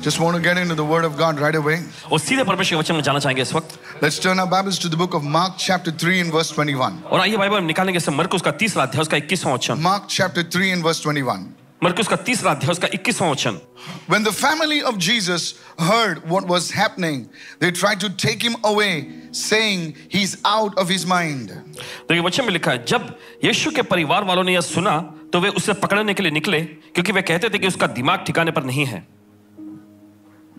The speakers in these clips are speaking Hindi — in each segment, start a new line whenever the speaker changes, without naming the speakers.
Just want to get into the Word of God right away.
और सीधे परमेश्वर के वचन में जाना चाहेंगे इस वक्त
Let's turn our Bibles to the book of Mark, chapter 3, and verse 21.
और आइए बाइबल हम निकालेंगे इससे मरकुस का तीसरा अध्याय उसका इक्कीसवां वचन
Mark, chapter 3, and verse 21.
मरकुस का तीसरा अध्याय उसका इक्कीसवां वचन
When the family of Jesus heard what was happening, they tried to take him away, saying, He's out of his mind.
तो ये वचन में लिखा है जब यीशु के परिवार वालों ने यह सुना तो वे उसे पकड़ने के लिए निकले क्योंकि वे कहते थे कि उसका दिमाग ठिकाने पर नहीं है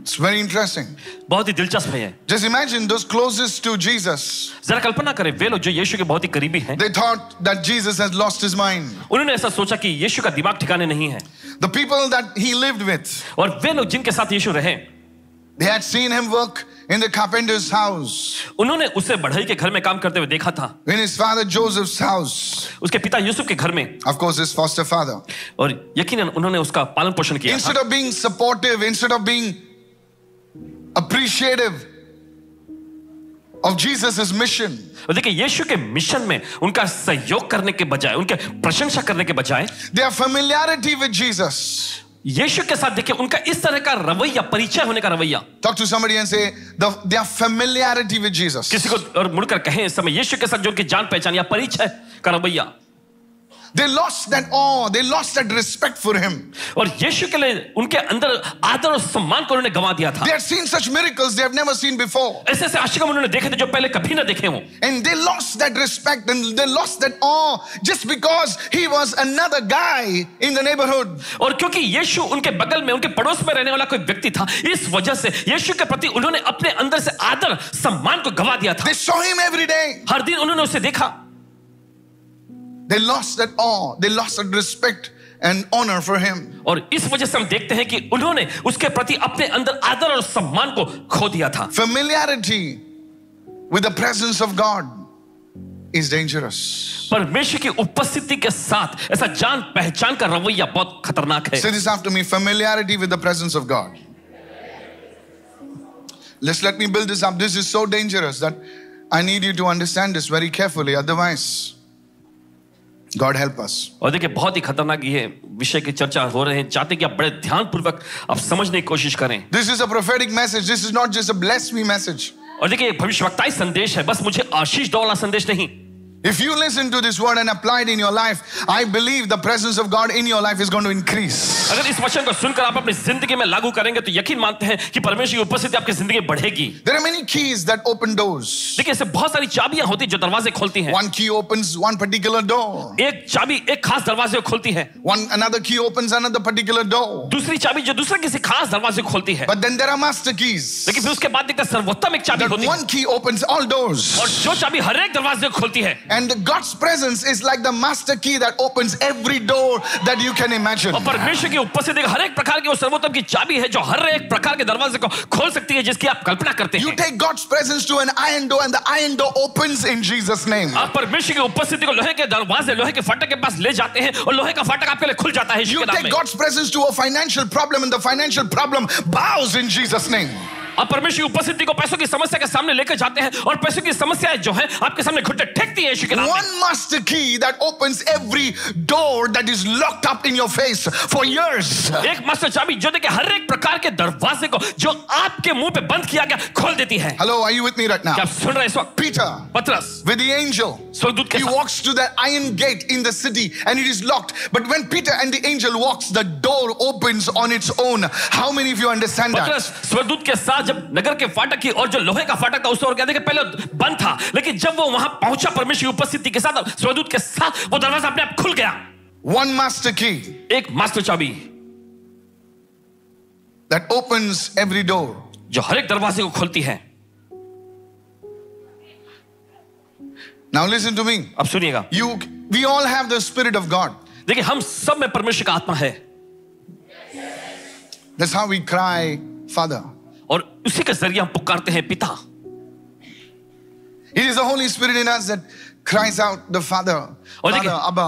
It's very interesting.
बहुत ही दिलचस्प है ये।
Just imagine those closest to Jesus.
जरा कल्पना करें वे लोग जो यीशु के बहुत ही करीबी हैं
They thought that Jesus had lost his mind.
उन्होंने ऐसा सोचा कि यीशु का दिमाग ठिकाने नहीं है
The people that he lived with,
और वे लोग जिनके साथ यीशु रहे
they had seen him work in the carpenter's house,
उन्होंने उसे बढ़ई के घर में काम करते हुए देखा था
in his father Joseph's house,
उसके पिता यूसुफ के घर में
of course, his foster father.
और यकीनन उन्होंने उसका पालन पोषण किया था।
Instead of being supportive, instead of being appreciative of Jesus' mission,
और तो देखिए यीशु के मिशन में उनका सहयोग करने के बजाय उनके प्रशंसा करने के बजाय
their familiarity with Jesus.
यीशु के साथ देखिए उनका इस तरह का रवैया परिचय होने का रवैया
Talk to somebody and say, the, their familiarity with
किसी
Jesus.
को और मुड़कर कहें इस समय यीशु के साथ जो उनकी जान पहचान या परिचय का रवैया
They lost that awe, they lost that respect for him.
और यीशु के लिए उनके अंदर आदर और सम्मान को उन्होंने गंवा दिया था
They had seen such miracles they have never seen before.
ऐसे ऐसे आश्चर्य उन्होंने देखे थे जो पहले कभी ना देखे हों
And they lost that respect and they lost that awe just because he was another guy in the neighborhood.
और क्योंकि यीशु उनके बगल में उनके पड़ोस में रहने वाला कोई व्यक्ति था इस वजह से यीशु के प्रति उन्होंने अपने अंदर से आदर सम्मान को गंवा दिया था
They saw him every day.
हर दिन उन्होंने उसे देखा
They lost that awe, they lost that respect and honor for him.
और इस वजह से हम देखते हैं कि उन्होंने उसके प्रति अपने अंदर आदर और सम्मान को खो दिया था
Familiarity with the presence of God is dangerous.
परमेश्वर की उपस्थिति के साथ ऐसा जान पहचान का रवैया बहुत खतरनाक है
Say this after me familiarity with the presence of God. Let's let me build this up. This is so dangerous that I need you to understand this very carefully. Otherwise, God help us.
और देखिए बहुत ही खतरनाक ये विषय की चर्चा हो रहे हैं चाहते हैं कि आप बड़े ध्यान पूर्वक आप समझने की कोशिश करें
This is a prophetic message. This is not just a bless me message.
और देखिए ये भविष्यवक्ताई संदेश है बस मुझे आशीष दो वाला संदेश नहीं
If you listen to this word and apply it in your life, I believe the presence of God in your life is going to increase.
अगर इस वचन को सुनकर आप अपनी जिंदगी में लागू करेंगे तो यकीन मानते हैं कि परमेश्वर की उपस्थिति आपकी जिंदगी में बढ़ेगी
There are many keys that open doors.
देखिए इससे बहुत सारी चाबियां होती हैं जो दरवाजे खोलती हैं
One key opens one particular door.
एक चाबी एक खास दरवाजे को खोलती है
One another key opens another particular door.
दूसरी चाबी जो दूसरे किसी खास दरवाजे को खोलती है
But then there are master keys.
लेकिन फिर उसके बाद देखते हैं सर्वोत्तम एक चाबी
That
होती है
one key opens all
और
doors.
जो चाबी हर एक दरवाजे को खोलती है
And God's presence is like the master key that opens every door that you can imagine.
और परमेश्वर की उपस्थिति हर एक प्रकार की वो सर्वोत्तम की चाबी है जो हर एक प्रकार के दरवाजे को खोल सकती है जिसकी आप कल्पना करते
You
हैं
take God's presence to an iron door, and the iron door opens in Jesus' name.
आप परमेश्वर की उपस्थिति को लोहे के दरवाजे लोहे के फाटक के पास ले जाते हैं और लोहे का फाटक आपके लिए खुल जाता है यीशु
You
के नाम
take
में।
God's presence to a financial problem, and the financial problem bows in Jesus' name.
आप परमेश्वर की उपस्थिति को पैसों की समस्या के सामने लेकर जाते हैं और पैसों की समस्या जो है आपके सामने घुटने टेकती है यीशु के नाम में।
One master key that opens every door that is locked up in your face for years.
एक मास्टर चाबी जो देखिए हर एक प्रकार के दरवाजे को जो आपके मुंह पे बंद किया गया खोल देती है क्या
Hello, are you with me right now?
आप सुन रहे हैं इस वक्त
Peter,
पतरस
with the angel,
स्वर्गदूत के
He
साथ
walks to that iron gate in the city and it is locked. But when Peter and the angel walks, the door opens on its own. How many of you understand that?
पतरस स्वर्गदूत के साथ जब नगर के फाटक की और जो लोहे का फाटक था उस ओर गया देखिए पहले बंद था लेकिन जब वो वहां पहुंचा परमेश्वर की उपस्थिति के साथ स्वर्गदूत के साथ वो दरवाजा अपने आप खुल गया
One master key
एक मास्टर चाबी
that opens every door.
जो हर एक दरवाजे को खोलती है
Now listen to me.
अब सुनिएगा
You we all have the spirit of God.
देखिए हम सब में परमेश्वर का आत्मा है
That's how we cry, Father.
और उसी के जरिए हम पुकारते हैं पिता
It is the Holy Spirit in us that cries out the Father.
Oh,
Father,
देखिए।
Abba.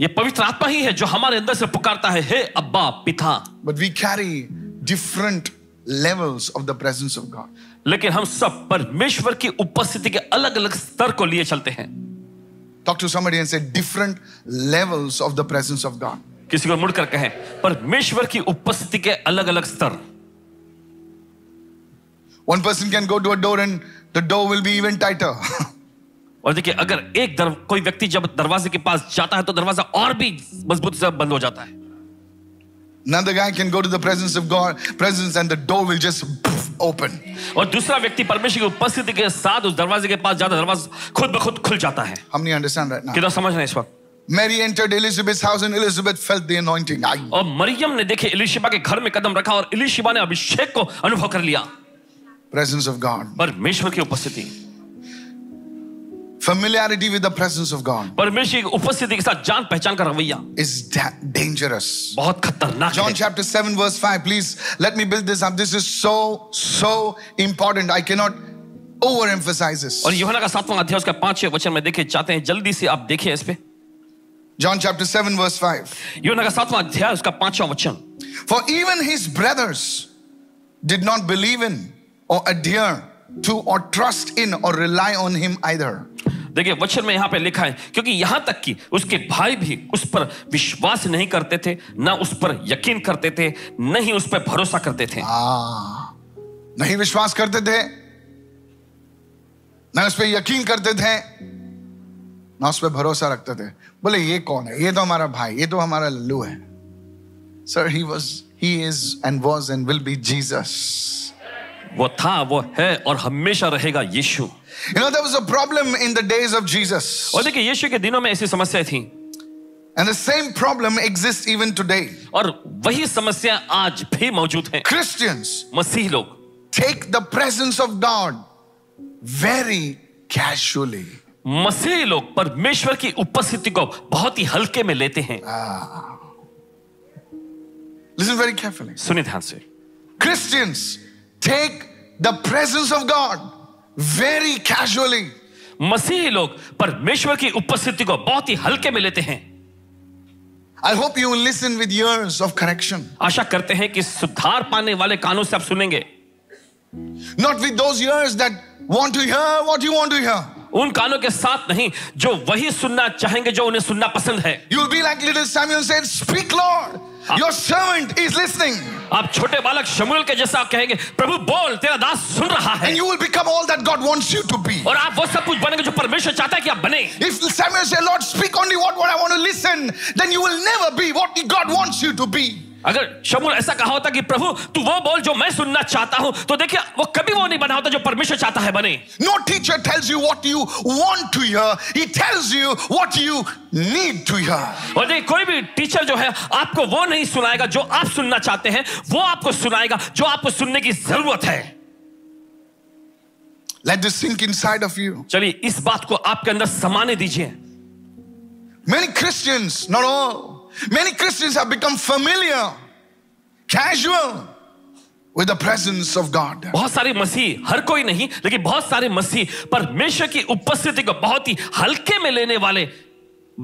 ये पवित्र आत्मा ही है जो हमारे अंदर से पुकारता है हे अब्बा पिता
But we carry different levels of the presence of God.
लेकिन हम सब परमेश्वर की उपस्थिति के अलग अलग स्तर को लिए चलते हैं
Talk to somebody and say different levels of the presence of God.
किसी को मुड़कर कहें परमेश्वर की उपस्थिति के अलग अलग स्तर
One person can go to a door and the door will be even tighter.
और देखिए अगर एक दर, कोई व्यक्ति जब दरवाजे के पास जाता है तो दरवाजा और भी मजबूती से बंद हो जाता है
Another guy can go to the presence of God, presence, and the door will just poof, open.
और दूसरा व्यक्ति परमेश्वर की उपस्थिति के साथ उस दरवाजे के पास जाता है, दरवाजा खुद ब खुद खुल जाता है
How many understand right now?
कितना समझ रहे हैं इस वक्त
Mary entered Elizabeth's house and Elizabeth felt the anointing. Aye.
और मरियम ने देखे इलिशिबा के घर में कदम रखा और इलिशिबा ने अभिषेक को अनुभव कर लिया
Presence of God.
परमेश्वर की उपस्थिति
Familiarity with the presence of God
परमेश्वर की उपस्थिति के साथ जान पहचान का रवैया
is da- dangerous.
बहुत खतरनाक
John
है
chapter 7, verse 5. Please let me build this up. This is so, so important. I cannot overemphasize this.
और यूहन्ना का सातवां अध्याय उसका पांचवें वचन में देखे चाहते हैं जल्दी से आप देखिए इस पे
John chapter 7, verse 5.
यूहन्ना का सातवां अध्याय उसका पांचवा वचन
For even his brothers did not believe in or adhere to or trust in or rely on him either.
देखिए वचन में यहाँ पे लिखा है क्योंकि यहां तक कि उसके भाई भी उस पर विश्वास नहीं करते थे ना उस पर यकीन करते थे न ही उस पर भरोसा करते थे
नहीं विश्वास करते थे ना उस पर यकीन करते थे ना उस पर भरोसा रखते थे बोले ये कौन है ये तो हमारा भाई ये तो हमारा लल्लू है sir he was he is and was and will be Jesus
वो था वो है और हमेशा रहेगा यीशु
you know there was a problem in the days of Jesus
और देखिए यीशु के दिनों में ऐसी समस्याएं थी
and the same problem exist even today
और वही समस्या आज भी मौजूद है
क्रिश्चियंस
मसीह लोग
take the presence of God very casually
मसीह लोग परमेश्वर की उपस्थिति को बहुत ही हल्के में लेते हैं
लिसन वेरी केयरफुली
सुनिए ध्यान से
Christians take the presence of God very casually.
मसीह लोग परमेश्वर की उपस्थिति को बहुत ही हल्के में लेते हैं
I hope you will listen with years of correction.
आशा करते हैं कि सुधार पाने वाले कानों से आप सुनेंगे
Not with those ears that want to hear what you want to hear.
उन कानों के साथ नहीं जो वही सुनना चाहेंगे जो उन्हें सुनना पसंद है
You'll be like little Samuel said, Speak, Lord. Your servant is listening.
आप छोटे बालक शमूएल के जैसा आप कहेंगे प्रभु बोल तेरा दास सुन रहा है
And you will become all that God wants you to be.
और आप वो सब कुछ बनेंगे जो परमेश्वर चाहता है कि आप बने
If Samuel said, Lord, speak only what, what I want to listen, then you will never be what God wants you to be.
अगर शमूल ऐसा कहा होता कि प्रभु तू वो बोल जो मैं सुनना चाहता हूं तो देखिए वो कभी वो नहीं बना होता जो परमेश्वर चाहता है बने
No teacher tells you what you want to hear, he tells you what you need to hear.
और देखिए कोई भी टीचर जो है आपको वो नहीं सुनाएगा जो आप सुनना चाहते हैं वो आपको सुनाएगा जो आपको सुनने की जरूरत है
Let this sink inside of you.
चलिए इस बात को आपके अंदर समाने दीजिए
Many Christians, not all, many Christians have become familiar, casual with the presence of God.
बहुत सारे मसीह हर कोई नहीं लेकिन बहुत सारे मसीह परमेश्वर की उपस्थिति को बहुत ही हल्के में लेने वाले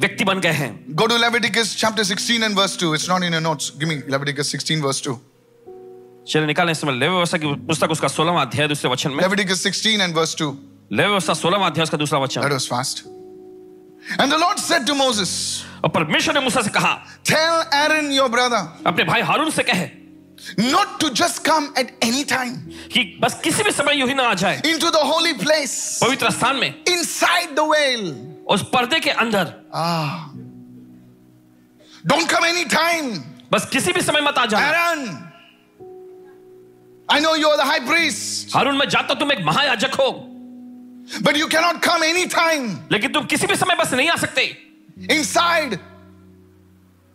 व्यक्ति बन गए हैं
Go to Leviticus chapter 16 and verse 2. It's not in your notes. Give me Leviticus 16, verse 2.
चलिए निकालें इसमें लेव्यवस्था की पुस्तक उसका सोलहवां अध्याय दूसरे वचन में
Leviticus 16 and verse 2.
लेव्यवस्था सोलहवां अध्याय उसका दूसरा वचन
That was fast. And the Lord said to Moses,
और परमेश्वर ने मूसा से कहा
Tell Aaron your brother
अपने भाई हारून से कहे
not to just come at any time
कि बस किसी भी समय यूं ही ना आ जाए
into the holy place
पवित्र स्थान में
inside the veil.
उस पर्दे के अंदर
Ah. Don't come anytime.
बस किसी भी समय मत आ जाए
Aaron, I know you are the high priest,
हारून मैं जानता हूं तुम एक महायाजक हो
but you cannot come anytime
लेकिन तुम किसी भी समय बस नहीं आ सकते
inside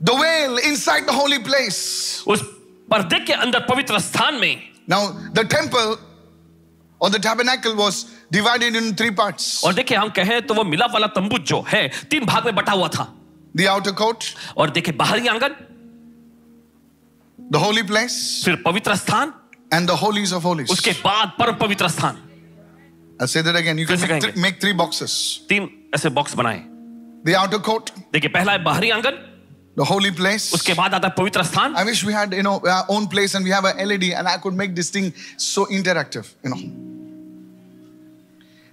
the veil, inside the holy place.
उस पर्दे के अंदर पवित्र स्थान में
Now, the temple or the tabernacle was divided into three parts
और देखिए हम कहें तो वो मिलाप वाला तंबू जो है तीन भाग में बटा हुआ था
the outer court,
और देखिए बाहरी आंगन
the holy place,
फिर पवित्र स्थान
and the holies of holies.
उसके बाद परम पवित्र स्थान
I'll say that again. You can
फिर से
make,
कहेंगे।
three- make three boxes
तीन ऐसे बॉक्स बनाए
the outer court,
देखिए पहला है बाहरी आंगन
the holy place,
उसके बाद आता है पवित्र स्थान
I wish we had, you know, our own place and we have a LED and I could make this thing so interactive, you know.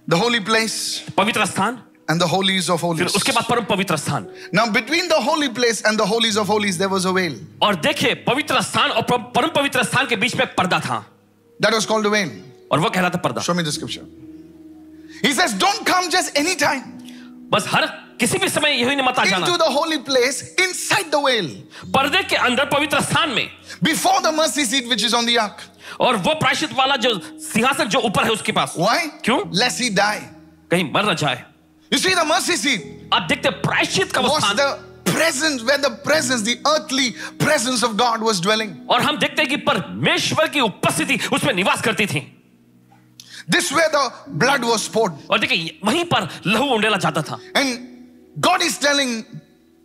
The holy place
पवित्र स्थान
and the holies of
फिर
holies.
उसके बाद परम पवित्र स्थान
Now, between the holy place and the holies of holies, there was a veil.
और देखिए पवित्र स्थान और परम पवित्र स्थान के बीच में एक पर्दा था
That was called a veil.
और वो कहलाता पर्दा
Show me the scripture. He says, Don't come just anytime
बस हर किसी भी समय यही नहीं मत आ
into
जाना
the holy place inside the veil
पर्दे के अंदर पवित्र स्थान में
before the mercy seat which is on the ark.
और वो प्रायश्चित वाला जो सिंहासन जो ऊपर है उसके पास
Why?
क्यों
Lest he die.
कहीं मर ना जाए
You see, the mercy seat
आप देखते हैं प्रायश्चित का वो
was
स्थान
the presence where the presence, the earthly presence of God was dwelling.
और हम देखते हैं कि परमेश्वर की उपस्थिति उसमें निवास करती थी
This where the blood was poured.
और देखिए वहीं पर लहू उंडेला जाता था
And God is telling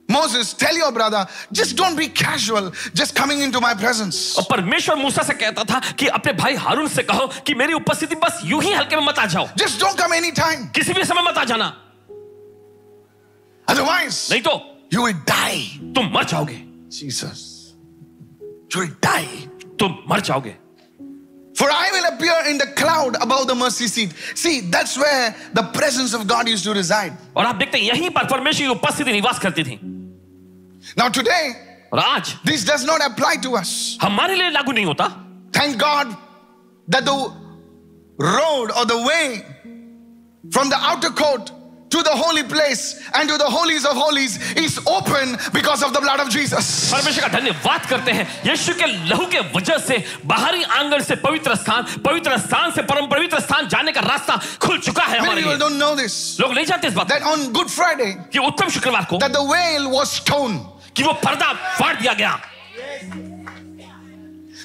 Moses, tell your brother, just don't be casual, just coming into my presence.
और परमेश्वर मूसा से कहता था कि अपने भाई हारून से कहो कि मेरी उपस्थिति बस यूं ही हल्के में मत आ जाओ
Just don't come anytime.
किसी भी समय मत आ जाना
Otherwise,
नहीं तो
you will die.
तुम मर जाओगे
Jesus. You will die.
तुम मर जाओगे
For I will appear in the cloud above the mercy seat. See, that's where the presence of God used to reside.
और आप देखते हैं यहीं पर परमेश्वर की उपस्थिति निवास करती थी
Now, today,
और आज
this does not apply to us.
हमारे लिए लागू नहीं होता
Thank God that the road or the way from the outer court to the holy place and to the holies of holies is open because of the blood of Jesus.
परमेश्वर का धन्यवाद करते हैं यीशु के लहू के वजह से बाहरी आंगन से पवित्र स्थान पवित्र स्थान से परम पवित्र स्थान जाने का रास्ता खुल चुका है
Many
हमारे
people
लिए
don't know this
लोग नहीं जानते इस बात
that on Good Friday,
कि उत्तम शुक्रवार को
that the veil was torn.
कि वो पर्दा फाड़ दिया गया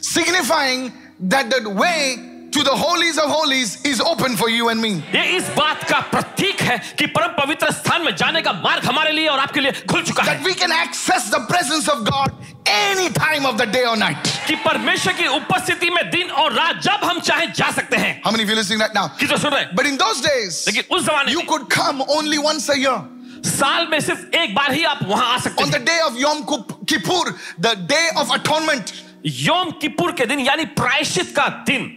signifying that the way to the holies of holies is open for you and me.
ये इस बात का प्रतीक है कि परम पवित्र स्थान में जाने का मार्ग हमारे लिए और आपके लिए खुल चुका है
That we can access the presence of God any time of the day or night.
कि परमेश्वर की उपस्थिति में दिन और रात जब हम चाहे जा सकते हैं
How many of you listening right now?
कि तो सुन रहे हैं?
But in those days,
लेकिन उस जमाने
you
में
could come only once a year.
साल में सिर्फ एक बार ही आप वहां आ सकते
On the
हैं
day of Yom Kup- Kippur, the day of atonement,
Yom Kippur के दिन यानी प्रायश्चित का दिन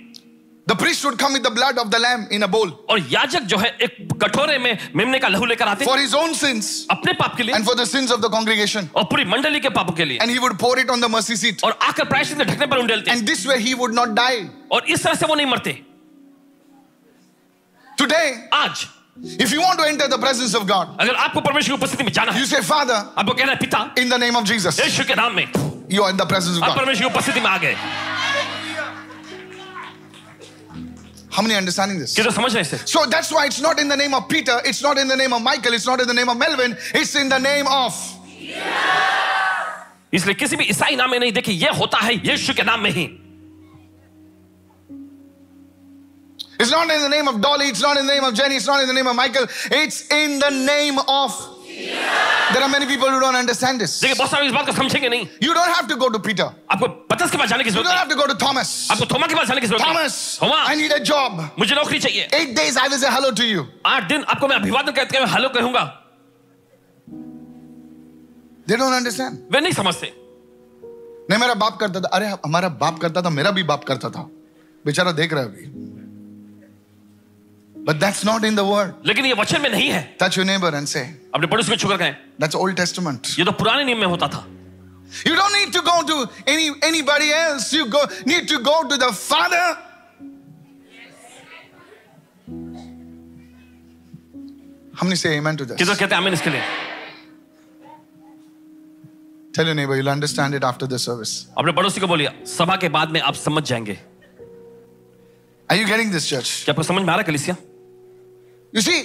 the priest would come with the blood of the lamb in a bowl
और याजक जो है एक कटोरे में मेमने का लहू लेकर आते
for his own sins
अपने पाप के लिए
and for the sins of the congregation.
और पूरी मंडली के पापों के लिए
And he would pour it on the mercy seat.
और आकर प्रायश्चित के ढकने पर उंडेलते हैं
And this way he would not die.
और इस तरह से वो नहीं मरते
Today,
आज
if you want to enter the presence of God,
अगर आपको परमेश्वर की उपस्थिति में जाना है
you say, Father,
आपको कहना है पिता
in the name of Jesus.
यीशु के नाम में आप
You are in the presence of God.
परमेश्वर की उपस्थिति में आ गए
How many are understanding this?
कि तो समझ रहे हैं इसे?
So that's why it's not in the name of Peter, it's not in the name of Michael, it's not in the name of Melvin, it's in the name of.
इसलिए किसी भी ईसाई नाम में नहीं देखिए ये होता है यीशु के नाम में ही
It's not in the name of Dolly, it's not in the name of Jenny, it's not in the name of Michael, it's in the name of. There are many people who don't understand this.
देखिए बहुत सारे इस बात को समझेंगे नहीं
You don't have to go to Peter,
आपको पतस के पास जाने की
you
जरूरत
don't
नहीं
have to go to Thomas.
आपको थोमा के पास जाने की जरूरत नहीं
Thomas,
Thoma
I need a job.
मुझे नौकरी चाहिए
Eight days I will say hello to you.
आठ दिन आपको मैं अभिवादन करते हुए हेलो कहूंगा
They don't understand.
वे नहीं समझते
नहीं मेरा बाप करता था अरे हमारा बाप करता था मेरा भी बाप करता था बेचारा देख रहा है अभी but that's not in the word
लेकिन ये वचन में नहीं है
touch your neighbour and say
अपने पड़ोस को छुकर गए
दैट्स ओल्ड टेस्टामेंट
ये तो पुराने नियम में होता था
you don't need to go to any anybody else you go need to go to the father हमने से amen to
किधर
this
कहते हैं आमीन इसके लिए
tell your neighbor you'll understand it after the service
अपने पड़ोसी को बोलिए सभा के बाद में आप समझ जाएंगे क्या
are you getting this church
आपको समझ में आ रहा है कलिसिया
You see,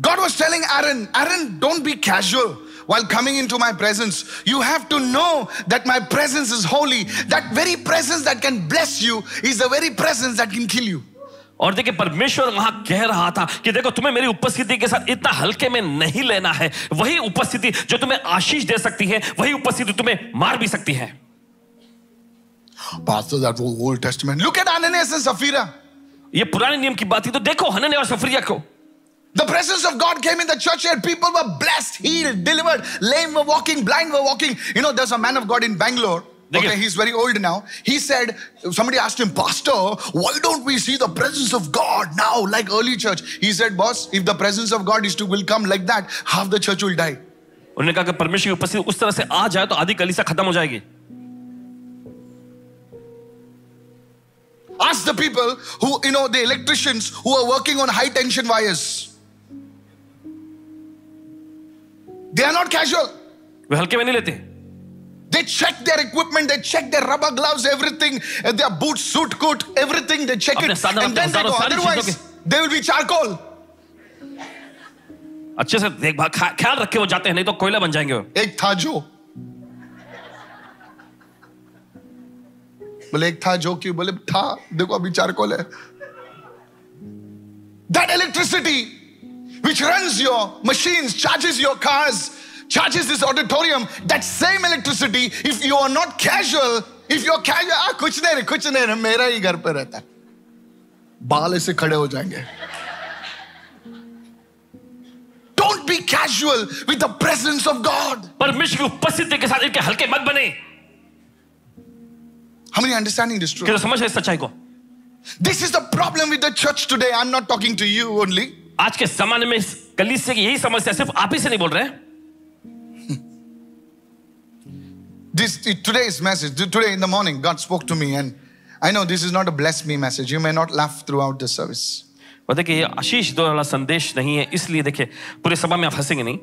God was telling Aaron, Aaron, don't be casual while coming into my presence. You have to know that my presence is holy. That very presence that can bless you is the very presence that can kill you.
और देखिए परमेश्वर वहां कह रहा था कि देखो तुम्हें मेरी उपस्थिति के साथ इतना हल्के में नहीं लेना है वही उपस्थिति जो तुम्हें आशीष दे सकती है वही उपस्थिति तुम्हें मार भी सकती है
Pastor, that was Old Testament. Look at Ananias and Sapphira.
ये पुराने नियम की बात थी तो देखो हनन और सफरिया को
The presence of God came in the church and people were blessed, healed, delivered. Lame were walking, blind were walking. You know, there's a man of God in Bangalore.
Okay.
Okay, he's very old now. He said, somebody asked him, Pastor, why don't we see the presence of God now, like early church? He said, Boss, if the presence of God is to will come like that, half the church will die.
उन्होंने कहा कि परमेश्वर की उपस्थिति उस तरह से आ जाए तो आधी कलिसा खत्म हो जाएगी
Ask the people who, you know, the electricians who are working on high tension wires. They are not casual.
वे हल्के में नहीं लेते
They check their equipment, they check their rubber gloves, everything, uh, their boots, suit, coat, everything, they check it.
अपने साधन,
And then
अपने
they go.
औजारों, सारी चीजों
Otherwise, they will be charcoal.
अच्छे से देखभाल ख्या- ख्याल रख के वो जाते हैं नहीं तो कोयला बन जाएंगे वो
एक था जो बोले एक था जो कि बोले था देखो अभी चारकोल है that electricity which runs your machines, charges your cars, charges this auditorium, that same electricity, if you are not casual, if you're casual, ah, कुछ नहीं रे, कुछ नहीं रे, मेरा ही घर पे रहता है बाल ऐसे खड़े हो जाएंगे Don't be casual with the presence of God.
परमेश्वर की उपस्थिति के साथ इनके हल्के मत बने
How
क्या
many understanding this truth?
तो समझ रहे इस सच्चाई को
This is the problem with the church today. I'm not talking to you only.
आज के जमाने में कली से यही समस्या है, सिर्फ आप ही से नहीं बोल रहे हैं
this today's message today in the morning god spoke to me and i know this is not a bless me message you may not laugh throughout the service
और देखिए ये आशीष दो वाला संदेश नहीं है इसलिए देखिए पूरे सभा में आप हंसेंगे नहीं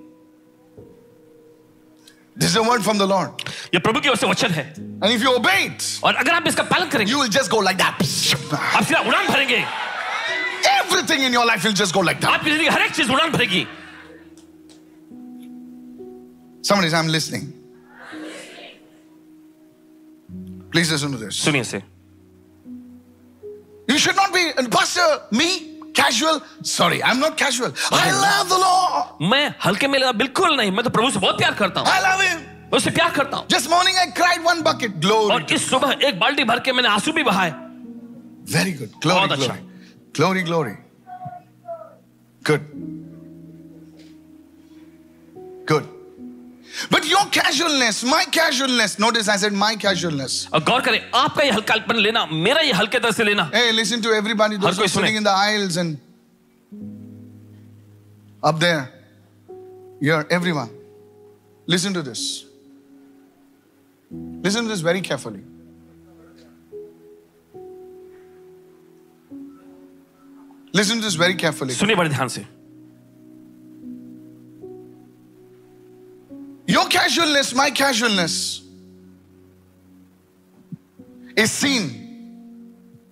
this is a word from the lord
ये प्रभु की ओर से वचन है
and if you obey it
और अगर आप इसका पालन करेंगे
you will just go like that
आप सीधा उड़ान भरेंगे
everything in your life will just go like that
आपकी जिंदगी हर एक चीज उड़ान भरेगी
somebody says i'm listening please listen to this
सुनिए से
you should not be and pastor me casual sorry i'm not casual i love the lord
मैं हल्के में लेना बिल्कुल नहीं मैं तो प्रभु से बहुत प्यार करता हूँ
i love him
मैं उससे प्यार करता हूँ
just morning i cried one bucket glory
और इस सुबह एक बाल्टी भर के मैंने आंसू भी बहाए
Very good. Glory,
All the
glory.
time.
Glory, glory. Good. Good. But your casualness, my casualness, notice I said my casualness.
और गौर करें आपका ये हल्कापन लेना मेरा ये हल्के तरह से लेना
Hey, listen to everybody, those who
कोई
are
सुने।
sitting in the aisles and up there. Here, everyone. Listen to this. Listen to this very carefully. Listen to this very carefully.
सुनिए बड़े ध्यान से
Your casualness, my casualness, is seen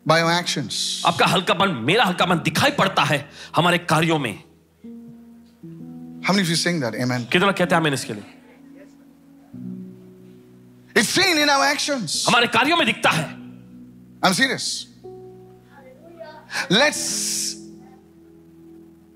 by your actions.
आपका हल्कापन मेरा हल्कापन दिखाई पड़ता है हमारे कार्यों में
How many of you saying that? Amen.
कितना कहते हैं मैंने इसके लिए
It's seen in our actions.
हमारे कार्यों में दिखता है
I'm serious. Let's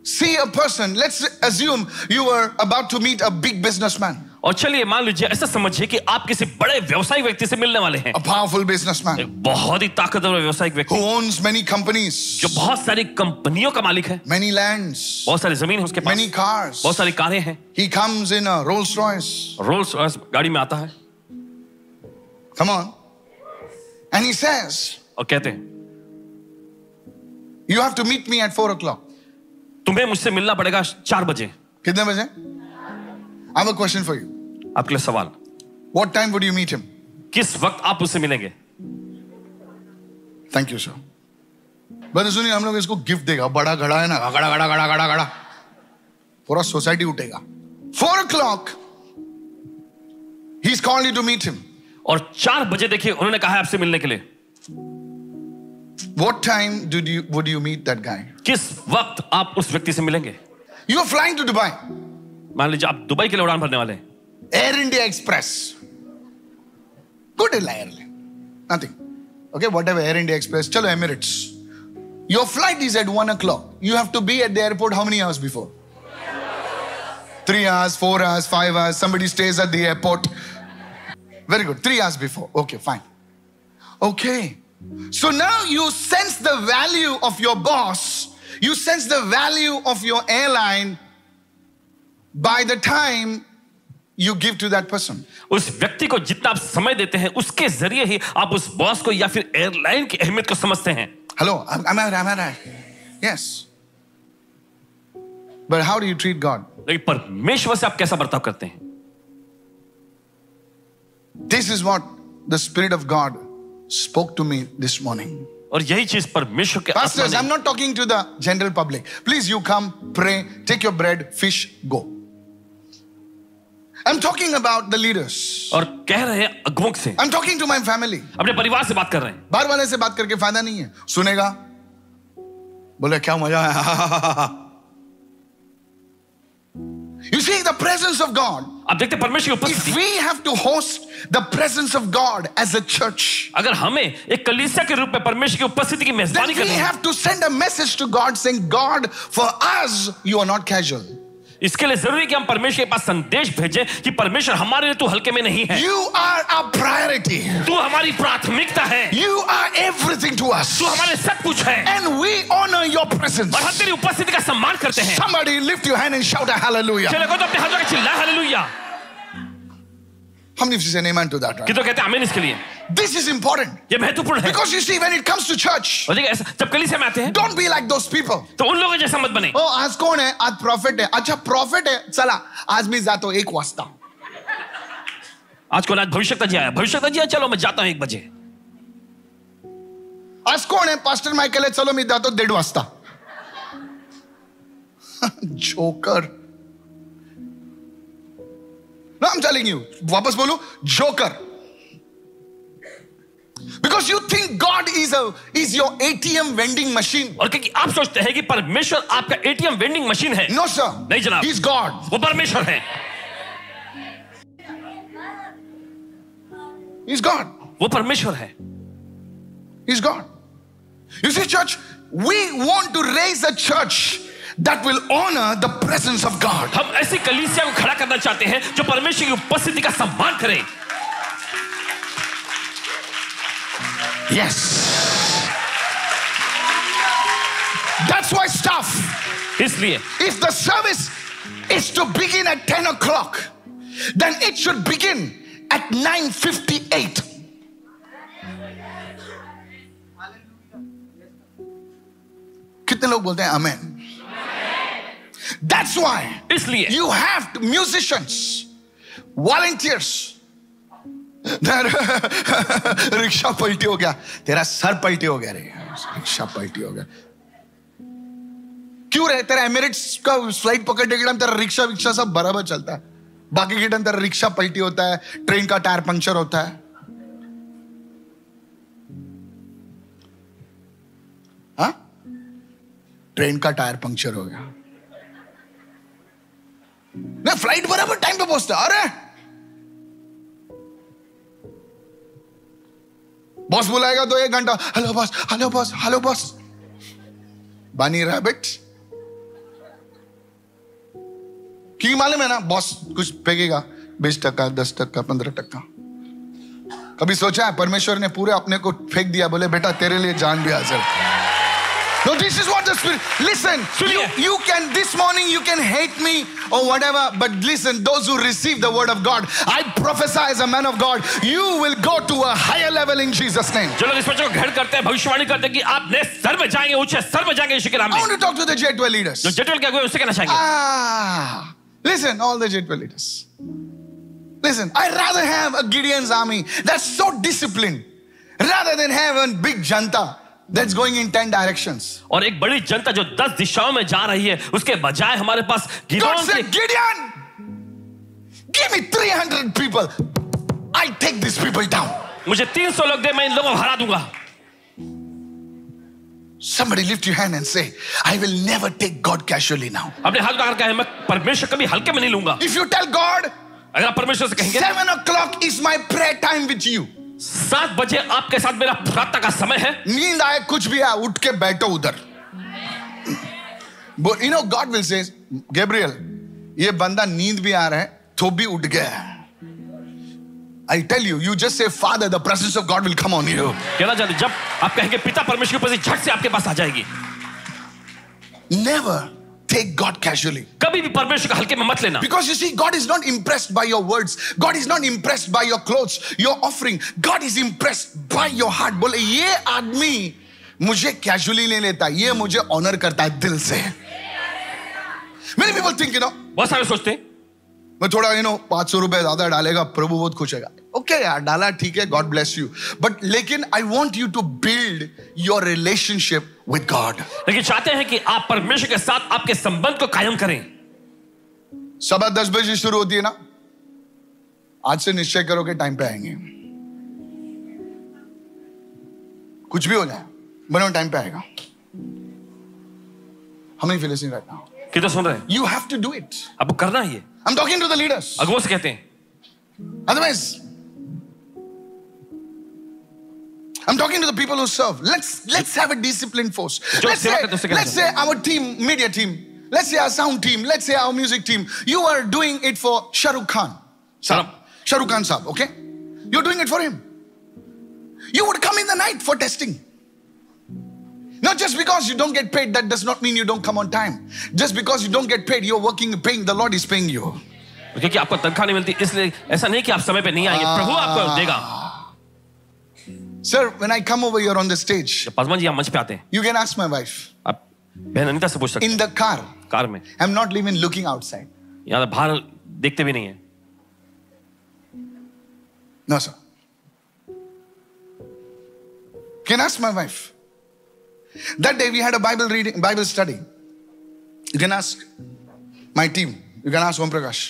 see a person. Let's assume you were about to meet a big businessman,
और चलिए मान लीजिए ऐसा समझिए कि आप किसी बड़े व्यवसायिक व्यक्ति से मिलने वाले हैं
a powerful businessman
एक बहुत ही ताकतवर व्यवसायिक
who
व्यक्ति
owns many companies,
जो बहुत सारी कंपनियों का मालिक है
many lands,
बहुत सारी जमीन है उसके पास
many cars.
बहुत सारी कारें हैं
He comes in a Rolls Royce.
Rolls Royce गाड़ी में आता है
Come on. And he says,
और कहते हैं
You have to meet me at four o'clock.
तुम्हें मुझसे मिलना पड़ेगा चार बजे
कितने बजे? I have a question for you.
आपके लिए सवाल
What time would you meet him?
किस वक्त आप उससे मिलेंगे
थैंक यू सर बस सुनिए हम लोग इसको गिफ्ट देगा बड़ा घड़ा है ना घड़ा घड़ा घड़ा घड़ा घड़ा पूरा सोसाइटी उठेगा four o'clock he is called you to meet him
और चार बजे देखिए उन्होंने कहा है आपसे मिलने के लिए
what time did you would you meet that guy
किस वक्त आप उस व्यक्ति से मिलेंगे
you are flying to Dubai
मान लीजिए आप दुबई के लिए उड़ान भरने वाले हैं
Air India Express good airline nothing okay whatever Air India Express चलो Emirates your flight is at one o'clock you have to be at the airport how many hours before three hours, four hours, five hours. Somebody stays at the airport. Very good. Three hours before. Okay, fine. Okay. So now you sense the value of your boss, you sense the value of your airline by the time you give to that person.
उस व्यक्ति को जितना आप समय देते हैं उसके जरिए ही आप उस बॉस को या फिर एयरलाइन की अहमियत को समझते हैं
Hello, am am I right? Am I right? Yes. But how do you treat God?
लेकिन परमेश्वर से आप कैसा बर्ताव करते हैं
This is what the Spirit of God spoke to me this morning.
और यही चीज परमेश्वर के आत्मा
Pastors,
ने-
I'm not talking to the general public. Please, you come, pray, take your bread, fish, go. I'm talking about the leaders.
और कह रहे हैं अगुवक से
I'm talking to my family.
अपने परिवार से बात कर रहे हैं
बाहर वाले से बात करके फायदा नहीं है सुनेगा बोले क्या मजा है You see, the presence of God.
आप देखते हैं परमेश्वर की
If
उपस्थिति
we have to host the presence of God as a church,
अगर हमें एक कलीसिया के रूप में परमेश्वर की उपस्थिति की
then
मेजबानी
we
करनी है
have to send a message to God saying, God, for us, you are not casual.
इसके लिए जरूरी है कि हम परमेश्वर के पास संदेश भेजें कि परमेश्वर हमारे लिए तू हल्के में नहीं है
You are our priority.
तू हमारी प्राथमिकता है
You are everything to us.
तू हमारे सब कुछ है
And we honor your presence.
और हम तेरी उपस्थिति का सम्मान करते हैं
Somebody lift your hand and shout a hallelujah.
चलो तो अपने हाथों का चिल्ला hallelujah
How many of you say an amen to that?
कि
Right?
तो कहते हैं आमीन इसके लिए
This is important.
ये महत्वपूर्ण है
Because you see, when it comes to church,
और देखिए ऐसा जब कलीसिया में आते हैं
don't be like those people.
तो उन लोगों जैसा मत बने
Oh, आज कौन है आज प्रॉफिट है अच्छा प्रॉफिट है चला आज मैं जाता हूं एक वास्ता
आज कौन आज भविष्यता जी आया भविष्यता जी आया चलो मैं जाता हूँ एक बजे
आज कौन है पास्टर माइकल है चलो मैं जाता हूं डेढ़ वास्ता joker No, I'm telling you. वापस बोलो joker because you think God is is your ATM vending machine
और क्योंकि आप सोचते हैं कि परमेश्वर आपका एटीएम वेंडिंग मशीन है
नो सर
नहीं जनाब।
इज गॉड
वो परमेश्वर है
इज गॉड
वो परमेश्वर है
He's God. You see, church, we want to raise a church that will honor the presence of God.
हम ऐसी कलीसिया को खड़ा करना चाहते हैं जो परमेश्वर की उपस्थिति का सम्मान करे
Yes. That's why stuff.
इसलिए
If the service is to begin at 10 o'clock, then it should begin at 9:58. कितने लोग बोलते हैं amen? That's why
इसलिए
You have to- musicians, volunteers. That- रिक्शा पलटी हो गया तेरा सर पलटी हो गया रे रिक्शा पलटी हो गया क्यों रे तेरा एमिरेट्स का फ्लाइट पकड़ने के टाइम तेरा रिक्शा विक्शा सब बराबर चलता है बाकी के टाइम तेरा रिक्शा पलटी होता है ट्रेन का टायर पंक्चर होता है हाँ ट्रेन का टायर पंक्चर हो गया ना फ्लाइट बराबर टाइम पे पहुंचता है। अरे बॉस बुलाएगा तो एक घंटा hello boss hello boss hello boss bunny rabbit क्योंकि मालूम है ना बॉस कुछ फेंकेगा बीस टक्का दस टक्का पंद्रह टक्का कभी सोचा है परमेश्वर ने पूरे अपने को फेंक दिया बोले बेटा तेरे लिए जान भी हाजिर No, this is what the spirit. Listen, you,
सुनिए।
you can, this morning you can hate me or whatever, but listen, those who receive the word of God, I prophesy as a man of God, you will go to a higher level in Jesus' name.
जो लोग इस वचन को ग्रहण करते हैं भविष्यवाणी करते हैं कि आप नए स्तर में जाएंगे ऊंचे स्तर में जाएंगे यीशु के नाम
I
में
want to talk to the J12
जो
leaders.
जटिल क्या हुए उससे कहना चाहेंगे
Ah, listen, all the J12 leaders. Listen, I'd rather have a Gideon's army that's so disciplined rather than have a big janta that's going in 10 directions.
और एक बड़ी जनता जो दस दिशाओं में जा रही है उसके बजाय हमारे पास
God
गिदोन
said,
की-
Gideon, give me 300 people. I take these people down.
मुझे 300 लोग दे मैं इन लोगों को हरा दूंगा
Somebody lift your hand and say, I will never take God casually now.
अपने हाथ उठाकर कहे मैं परमेश्वर कभी हल्के में नहीं लूंगा
If you tell God,
अगर आप परमेश्वर से कहेंगे
7 o'clock is my prayer time with you.
सात बजे आपके साथ मेरा प्रार्थना का समय है
नींद आए कुछ भी आए उठ के बैठो उधर But you know, God will say, Gabriel, ये बंदा नींद भी आ रहा है तो भी उठ गया है I tell you, you just say, Father, the presence of God will come on you.
कहना चाहते जब आप कहेंगे पिता परमेश्वर की उपस्थिति झट से आपके पास आ जाएगी
Never take God casually.
कभी भी परमेश्वर का हल्के में मत लेना
Because you see, God is not impressed by your words. God is not impressed by your clothes, your offering. God is impressed by your heart. बोले ये आदमी मुझे कैजुअली नहीं लेता ये मुझे ऑनर करता है दिल से मेरे पीपल थिंक यू नो
बहुत सारे सोचते हैं
मैं थोड़ा यू नो पांच सौ रुपए ज्यादा डालेगा प्रभु बहुत खुश होगा okay यार डाला ठीक है god bless you but लेकिन i want you to build your relationship with god
लेकिन चाहते हैं कि आप परमेश्वर के साथ आपके संबंध को कायम करें
सभा दस बजे शुरू होती है ना आज से निश्चय करो कि टाइम पे आएंगे कुछ भी हो जाए बनो टाइम पे आएगा हम नहीं फीलिंग राइट नाउ
कितना सुन रहे हैं
you have to do it
आपको करना ही है
I am talking to the leaders
अगुओं से कहते हैं
Otherwise, I'm talking to the people who serve. Let's let's have a disciplined force.
जो
Let's
सेवा
say,
करते हैं, उससे क्या
let's say our team, media team, let's say our sound team, let's say our music team. You are doing it for Shah Rukh Khan. Saab.
Salam.
Shah Rukh Khan Saab, okay? You're doing it for him. You would come in the night for testing. Not just because you don't get paid, that does not mean you don't come on time. Just because you don't get paid, you're working, paying, the Lord is paying you.
क्योंकि आपको तनख्वाह नहीं मिलती इसलिए ऐसा नहीं कि आप समय पे नहीं आएंगे प्रभु आपको देगा
Sir, when I come over here on the stage,
Paswan ji आप मंच पे आते हैं
You can ask my wife.
आप बहन अनिता से पूछ सकते
In the car,
हैं कार में
I'm not even looking outside.
यहाँ तो बाहर देखते भी नहीं है
No, sir. Can ask my wife. That day we had a Bible reading, Bible study. You can ask my team. You can ask Om Prakash.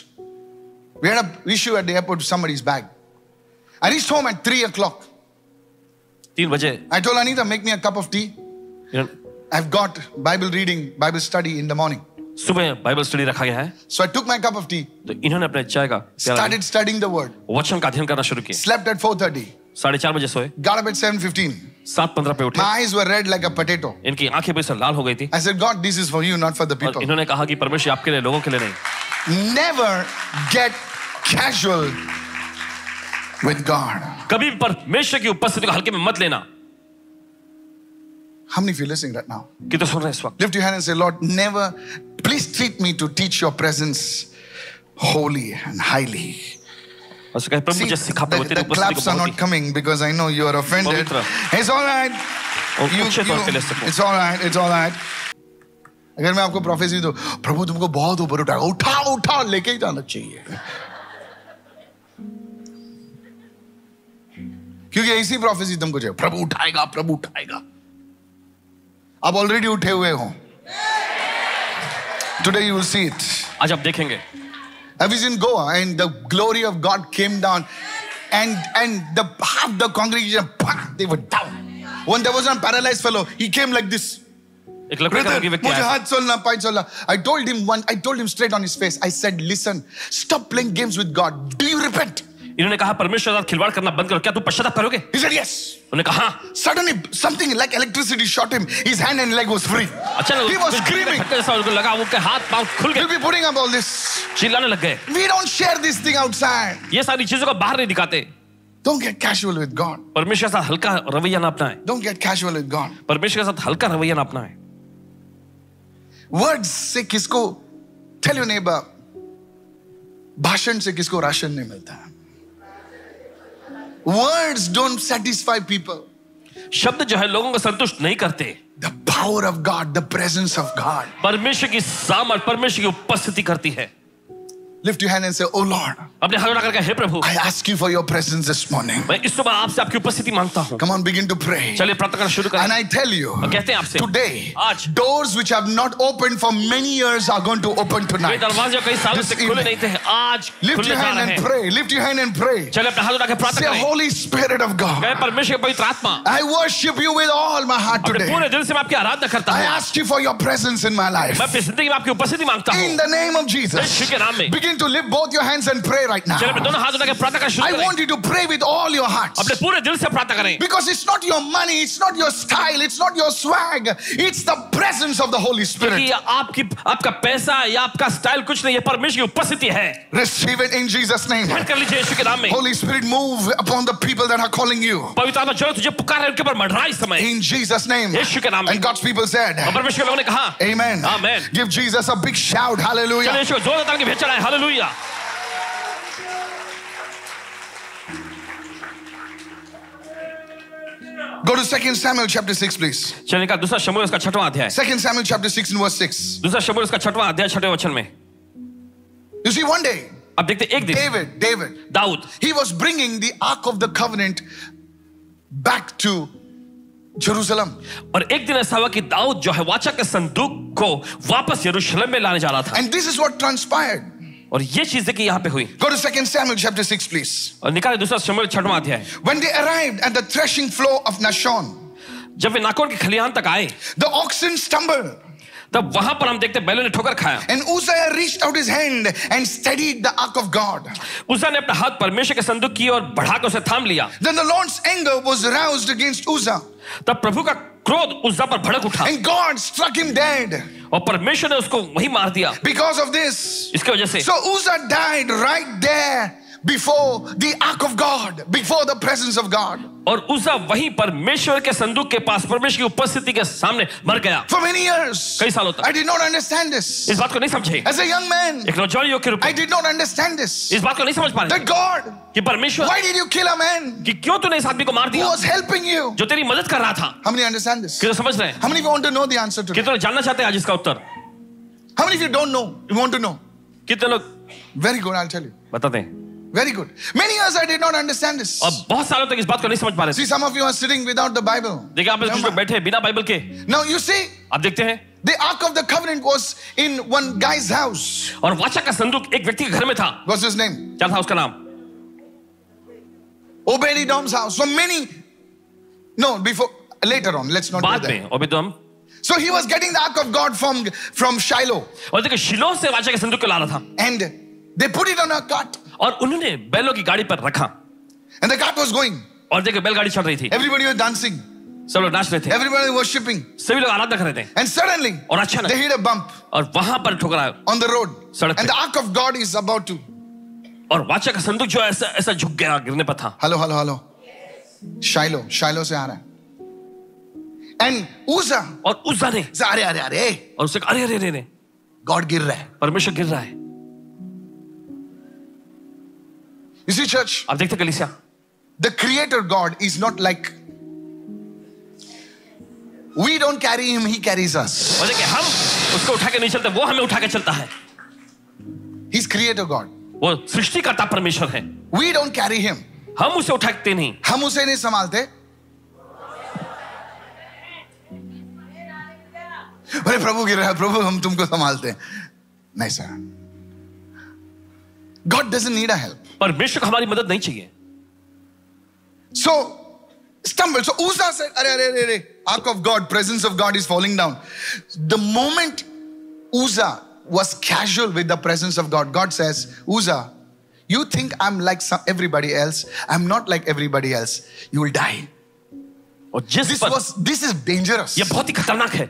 We had a issue at the airport with somebody's bag. I reached home at three o'clock.
तीन बजे
I told Anita, make me a cup of tea.
इन्होंने-
I've got Bible reading, Bible study in the morning.
सुबह बाइबल स्टडी रखा गया है
So I took my cup of tea,
तो इन्होंने अपने चाय का प्याला
started studying the word,
लिया, वचन का अध्ययन करना शुरू किया
slept at 4:30.
साढ़े चार बजे सोए
Got up at 7:15.
सात पंद्रह पे
My
उठे
eyes were red like a potato.
इनकी आंखें भी सर लाल हो गई थी
I said, God, this is for you, not for the
और
people.
इन्होंने कहा कि परमेश्वर आपके लिए लोगों के लिए नहीं
Never get casual with God.
कभी भी परमेश्वर की उपस्थिति को हल्के में मत लेना
How many of you listening right now?
कि तो सुन रहे हैं इस वक्त
Lift your hand and say, Lord, never, please treat me to teach your presence holy and highly.
और उसने कहा प्रभु
See,
मुझे सिखा प्रभु
the,
तेरी
the
उपस्थिति
claps
को
are
बहुत
not
ही-
coming because I know you are offended.
पवित्र।
It's all right.
और तो
You,
अच्छे तौर पे ले
you,
सकूं
it's all right. It's all right. अगर मैं आपको प्रोफेसी दूं प्रभु तुमको बहुत ऊपर उठाएगा उठा उठा लेके ही जाना चाहिए क्योंकि ऐसी प्रोफेसी तुमको चाहिए प्रभु उठाएगा प्रभु उठाएगा आप ऑलरेडी उठे हुए हो today you will see it
आज आप देखेंगे
I was in Goa and the glory of God came down and and the half the congregation bah, they were down. One there was one paralyzed fellow, he came like this.
एक लकड़ी का
Brother,
रोगी व्यक्ति
मुझे
आया
हाथ चलना पाई चलना. I told him one, I told him straight on his face. I said, listen, stop playing games with God. Do you repent?
इन्होंने कहा परमेश्वर के साथ खिलवाड़ करना बंद करो क्या तुम पश्चाताप करोगे
He said, yes.
उन्होंने कहा "हाँ."
Suddenly, something like electricity shot him. His hand and leg was free.
अच्छा
He was screaming.
उनको लगा उनके हाथ पांव खुल
He'll
गए
be putting up all this.
चिल्लाने लग गए
We don't share this thing outside.
ये सारी चीजों को बाहर नहीं दिखाते
Don't get casual with God.
परमेश्वर के साथ हल्का रवैया ना अपनाए
Don't get casual with God.
परमेश्वर के साथ हल्का रवैया ना अपनाए
वर्ड से किसको टेल योर नेबर भाषण से किसको राशन नहीं मिलता है वर्ड्स डोंट सेटिस्फाई पीपल
शब्द जो है लोगों को संतुष्ट नहीं करते
the power of God the presence of God
परमेश्वर की सामर्थ परमेश्वर की उपस्थिति करती है
lift you hand and say O Lord
अपने हाथ उठाकर कहा, हे प्रभु
I ask you for your presence this morning
मैं इस सुबह आपसे आपकी उपस्थिति मांगता हूँ
come on begin to pray
चलिए प्रार्थना करना शुरू
And I
करें
tell you,
और कहते हैं आपसे
today,
आज
doors which have not opened for many years are going to open
ये
tonight.
दरवाजे कई सालों
This
से खुले
evening.
नहीं थे आज
Lift
खुलने
your
जा
hand
रहे
and
हैं
pray. Lift your hand and pray.
चलिए अपने हाथ उठाकर प्रार्थना
Say, "Oh,
करें
Holy Spirit of God,
गए परमेश्वर की पवित्र आत्मा
I worship you with all my heart
अपने
today.
पूरे दिल से मैं आपकी आराधना करता
I
हूँ
ask you for your presence in my life.
मैं अपनी जिंदगी में आपकी उपस्थिति मांगता हूँ
In the name of
Yeshu
Jesus.
के नाम में
Begin to lift both your hands and pray right now.
चलिए अपने दोनों हाथ उठाकर प्रार्थना करना
I
शुरू करें
want you to pray with all your hearts.
अपने पूरे दिल से प्रार्थना करें
Because it's not your money, it's not your style, it's not your swag, it's the presence of the Holy
कि
Spirit.
आपकी आपका पैसा या आपका स्टाइल कुछ नहीं है परमेश्वर की उपस्थिति है
Receive it in Jesus' name.
ग्रहण कर लीजिए यीशु के नाम में
Holy Spirit, move upon the people that are calling you.
पवित्र आत्मा जो तुझे पुकार है उनके ऊपर मंडरा इस समय
In Jesus' name.
यीशु के नाम में
And God's people said,
और परमेश्वर के लोगों ने कहा
Amen.
Amen.
Give Jesus a big shout.
चलिए
Hallelujah.
यीशु को जोर देता कि भेज चढ़ाए hallelujah
Go to 2 Samuel chapter 6, please.
चलिए का दूसरा शमूएल उसका छठवां अध्याय
2 Samuel chapter 6 and verse 6.
दूसरा शमूएल उसका छठवां अध्याय छठे वचन में
You see, one day,
अब देखते हैं एक दिन
David, David,
दाऊद
he was bringing the Ark of the Covenant back to Jerusalem.
और एक दिन ऐसा हुआ कि दाऊद जो है वाचा के संदूक को वापस यरूशलेम में लाने जा रहा था
And this is what transpired.
और ये चीज देखिए यहाँ पे हुई
Go to 2 Samuel chapter 6, please.
और निकाले दूसरा शमूएल छठवां अध्याय
When they arrived at the threshing floor of Nashon,
जब वे नाकोर के खलिहान तक आए
the oxen stumbled,
तब वहां पर हम देखते हैं बैलों ने ठोकर खाया
and Uzziah reached out his hand and steadied the ark of God.
उसा ने अपना हाथ परमेश्वर के संदूक की और बढ़ा के उसे थाम लिया
Then the Lord's anger was roused against Uzzah,
तब प्रभु का क्रोध उज्जा पर भड़क उठा
and God struck him dead
और परमेश्वर ने उसको वही मार दिया
because of this.
इसके वजह से
So Uzzah died right there before the ark of God, before the presence of God.
और उज्जा वहीं परमेश्वर के संदूक के पास परमेश्वर की उपस्थिति के सामने मर गया
For many years,
कई सालों
I
तक
did not understand this.
इस बात को नहीं समझे
As a young man,
एक नौजवान युवक के रूप
I
में
did not understand this.
इस बात को नहीं समझ पा रहे
That God,
कि परमेश्वर
why did you kill a man
कि क्यों तूने इस आदमी को मार
who
दिया
was helping you?
जो तेरी मदद कर रहा था
How many understand this?
कि तो समझ रहे हैं
How many of you want to know the answer to
कि
that?
तो जानना चाहते हैं आज इसका उत्तर
How many of you don't know? You want to know?
कितने लोग
Very good, I'll tell you.
बताते हैं
Very good. Many years I did not understand this.
और बहुत सालों तक इस बात को नहीं समझ पा रहे
See, some of you are sitting without the Bible.
देखिए आप में से कुछ लोग बैठे हैं बिना बाइबल के
Now you see,
आप देखते हैं
the Ark of the Covenant was in one guy's house.
और वाचा का संदूक एक व्यक्ति के घर में था
What's his name?
क्या था उसका नाम
Obed Dom's house. So many. No, before later on. Let's not do
बाद
that.
में तो ओबेदम
So he was getting the Ark of God from from Shiloh,
और देखिए शिलोह से वाचा के संदूक को ला रहा था
and they put it on a cart,
और उन्होंने बैलों की गाड़ी पर रखा
and the cart was going.
और देखिए बैलगाड़ी चल रही थी
Everybody was dancing.
सब लोग नाच रहे थे
Everybody was worshipping.
सभी लोग आराधना कर रहे थे
And suddenly,
और अचानक-
they hit a bump
और वहां पर ठुकरा
on the road.
सड़क पे।
And the ark of God is about to.
और वाचा का संदूक जो है, ऐसा ऐसा झुक गया गिरने पर था
Hello, hello, hello. Shiloh. Shiloh se aa raha hai. And Uzzah
और उस जाने
said, Are, are, are.
और उसने कहा, अरे अरे अरे अरे
God gir raha hai.
परमेश्वर गिर रहा है
You see, church,
आप देखते कलिसिया
the creator God is not like. We don't carry him, he carries us.
और देखिए हम उसको उठा के नहीं चलते वो हमें उठा के चलता है
He's creator God.
वो सृष्टिकर्ता परमेश्वर है
We don't carry him.
हम उसे उठाते नहीं
हम उसे नहीं संभालते अरे प्रभु गिर रहा है प्रभु हम तुमको संभालते हैं नहीं sir God doesn't need a help
परमेश्वर को हमारी मदद नहीं चाहिए
सो स्टम्बल सो उसा said अरे अरे अरे अरे ark of god presence of god is falling down the moment uza was casual with the presence of god god says uza you think i'm like some, everybody else i'm not like everybody else you will die
और जिस
this
पर
was this is dangerous
यह बहुत ही खतरनाक है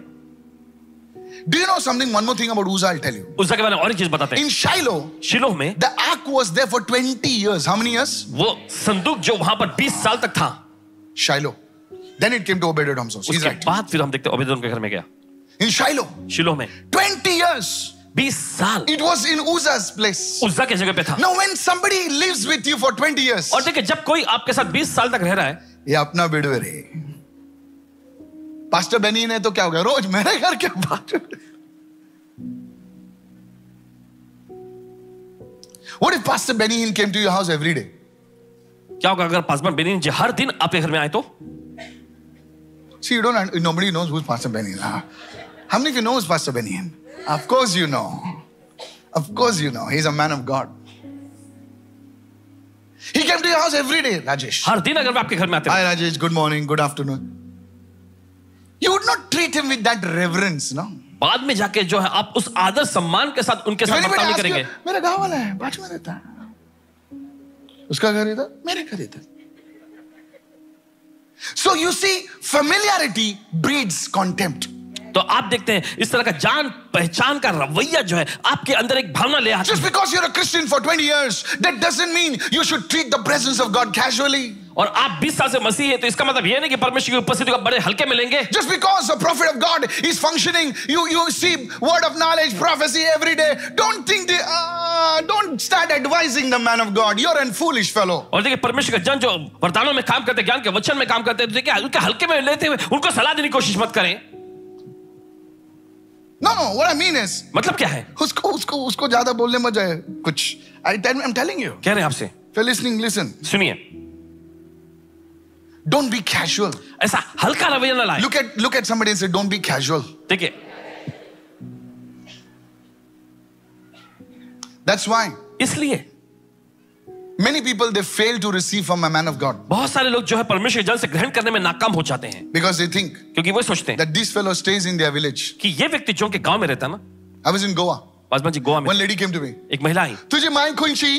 Do you know something? One more thing about Uzzah, I'll tell you.
उस जगह मैंने और एक चीज बताते हैं
In Shiloh,
शिलोह में
the ark was there for 20 years. How many years?
वो संदूक जो वहां पर 20 साल तक था
Shiloh. Then it came to Obed-Edom's house. He's
उसके
right.
बाद फिर हम देखते हैं ओबेदोन के घर में गया
In Shiloh,
शिलोह में
20 years.
20 साल
It was in Uzzah's place.
उज्जा के जगह पे था
Now, when somebody lives with you for 20 years,
और देखिए जब कोई आपके साथ 20 साल तक रह रहा है
ये अपना बेडवे रे पास्टर बेनी ने तो क्या हो गया रोज मेरे घर के पास What if Pastor Benny came to your house every day?
क्या होगा अगर पासवान बेनिन जी हर दिन आपके घर में आए तो
See, you don't. un- Nobody knows who's Pastor Benny. Huh? How many of you know who's Pastor Benny? Of course you know. Of course you know. He's a man of God. He came to your house every day, Rajesh.
हर दिन अगर वो आपके घर में आते
Hi, Rajesh. Good morning. Good afternoon. You would not treat him with that reverence, no?
बाद में जाके जो है आप उस आदर सम्मान के साथ उनके
If
साथ
anybody
बर्ताव नहीं
asks
करेंगे
you, मेरा गांव वाला है, बाजू में रहता है। उसका घर इधर, मेरा घर इधर। So you see, familiarity breeds contempt.
तो आप देखते हैं इस तरह का जान पहचान का रवैया जो है आपके अंदर एक भावना ले आता
Just because you're a Christian for 20 years, that doesn't mean you should treat the presence of God casually.
है और आप 20 साल से मसीह है तो इसका मतलब यह नहीं कि परमेश्वर की उपस्थिति को आप बड़े हल्के में लेंगे
Just because a prophet of God is functioning, you, you see word of knowledge, prophecy every day. Don't think the, uh, don't start advising the man of God. You're a foolish fellow.
और देखिए परमेश्वर का जन जो वरदानों में काम करते हैं, ज्ञान के वचन में काम करते हैं तो देखिए उनके हल्के में लेते हुए उनको सलाह देने की कोशिश मत करें
No, no, what I mean is,
मतलब क्या है
उसको उसको उसको ज्यादा बोलने मत जाए कुछ I tell, I'm telling you.
कह रहे हैं आपसे
If you're listening, listen.
सुनिए
Don't be casual.
ऐसा हल्का रवैया ना लाए
Look at look at somebody and say, don't be casual.
देखिए
That's why
इसलिए
many people they fail to receive from a man of God
बहुत सारे लोग जो है परमेश्वर के जल से ग्रहण करने में नाकाम हो जाते हैं
because they think
क्योंकि वो सोचते हैं
that this fellow stays in their village.
कि ये व्यक्ति जो के गांव में रहता है ना
I was in Goa.
बाजमा जी गोवा में
One lady came to me.
एक महिला आई
तुझे माय खुंची.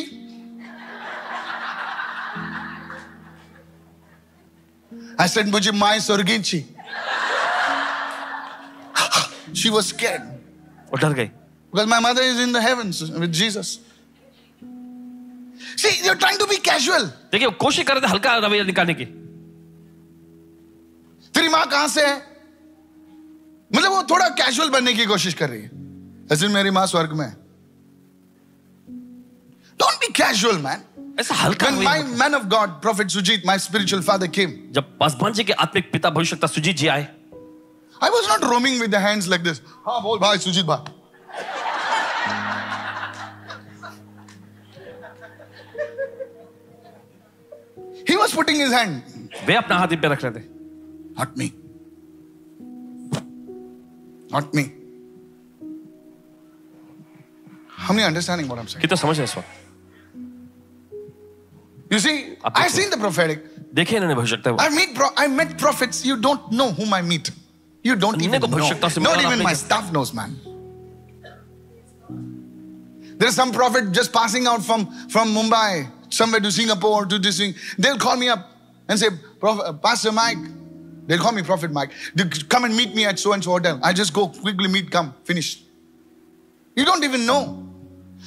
I said, मुझे माय स्वर्गीची. She was scared
और डर गई
because my mother is in the heavens with Jesus. See, you're trying to be casual.
देखिए वो कोशिश कर रहे थे हल्का रवैया निकालने की
तेरी माँ कहां से है मतलब वो थोड़ा कैजुअल बनने की कोशिश कर रही है ऐसे मेरी माँ स्वर्ग में डोंट बी कैजुअल मैन
ऐसा हल्का
When
रवैया
my man of God, Prophet Sujit, my spiritual father came,
जब पासवान जी के आत्मिक पिता भविष्यता सुजीत जी आए
I was not roaming with the hands like this. हाँ बोल भाई सुजीत भाई. He was putting his hand.
वे अपना हाथ इन पे रख रहे थे
Not me. Not me. How many understanding what I'm saying?
कि तो समझ रहे इस वक्त
You see,
Up
I've
before.
seen the prophetic.
देखिए इन्होंने भविष्यता को
I meet pro- I met prophets. You don't know whom I meet. You don't even
Neko
know.
bhavishakta se
Not
milana
even my
apne-
staff knows, man. There's some prophet just passing out from, from Mumbai, somewhere to Singapore, to this thing. They'll call me up and say, "Prof- uh, Pastor Mike. They'll call me Prophet Mike. They c- Come and meet me at so and so hotel. I just go quickly meet, come, finish. You don't even know.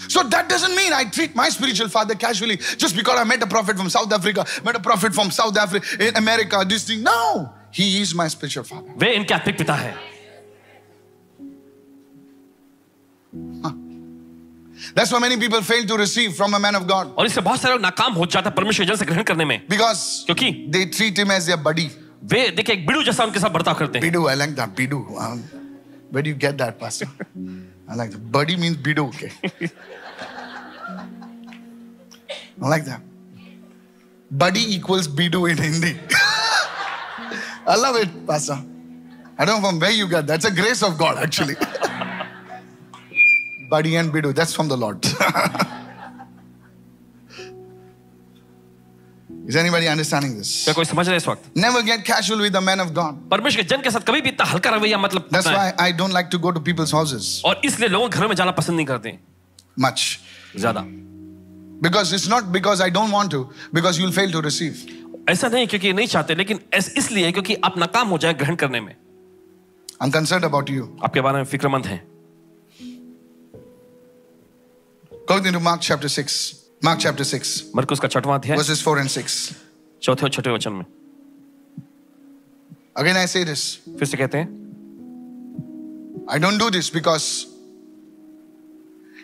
So that doesn't mean I treat my spiritual father casually just because I met a prophet from South Africa, met a prophet from South Africa, in America, this thing. No, he is my spiritual father.
वे इनके आत्मिक पिता है
That's why many people fail to receive from a man of God
और इससे बहुत सारे लोग नाकाम हो जाता है परमेश्वर जल से ग्रहण करने में
because
क्योंकि
they treat him as their buddy.
वे देखिए एक बिड़ू जैसा उनके साथ बर्ताव करते हैं
Bidu, I like that. Bidu. Um, where do you get that, Pastor? I like that. Buddy means Bidu, okay? I like that. Buddy equals Bidu in Hindi. I love it, Pastor. I don't know from where you got that. That's a grace of God, actually. Buddy and Bidu, that's from the Lord. Is anybody understanding this?
क्या कोई समझ रहा है इस वक्त
Never get casual with the man of God.
परमेश्वर के जन के साथ कभी भी इतना हल्का रवैया मतलब
That's
अपनाएं।
why I don't like to go to people's houses
और इसलिए लोग घर में जाना पसंद नहीं करते
much.
ज्यादा
Because it's not because I don't want to, because you'll fail to receive.
ऐसा नहीं क्योंकि नहीं चाहते लेकिन ऐस- इसलिए क्योंकि आप नाकाम हो जाए ग्रहण करने में
I'm concerned about you.
आपके बारे में फिक्रमंद हैं
Go into Mark chapter 6. Mark chapter 6,
मरकुस का छठवां अध्याय
verses 4 and 6.
चौथे और छठे वचन में
Again, I say this
फिर से कहते हैं
I don't do this because.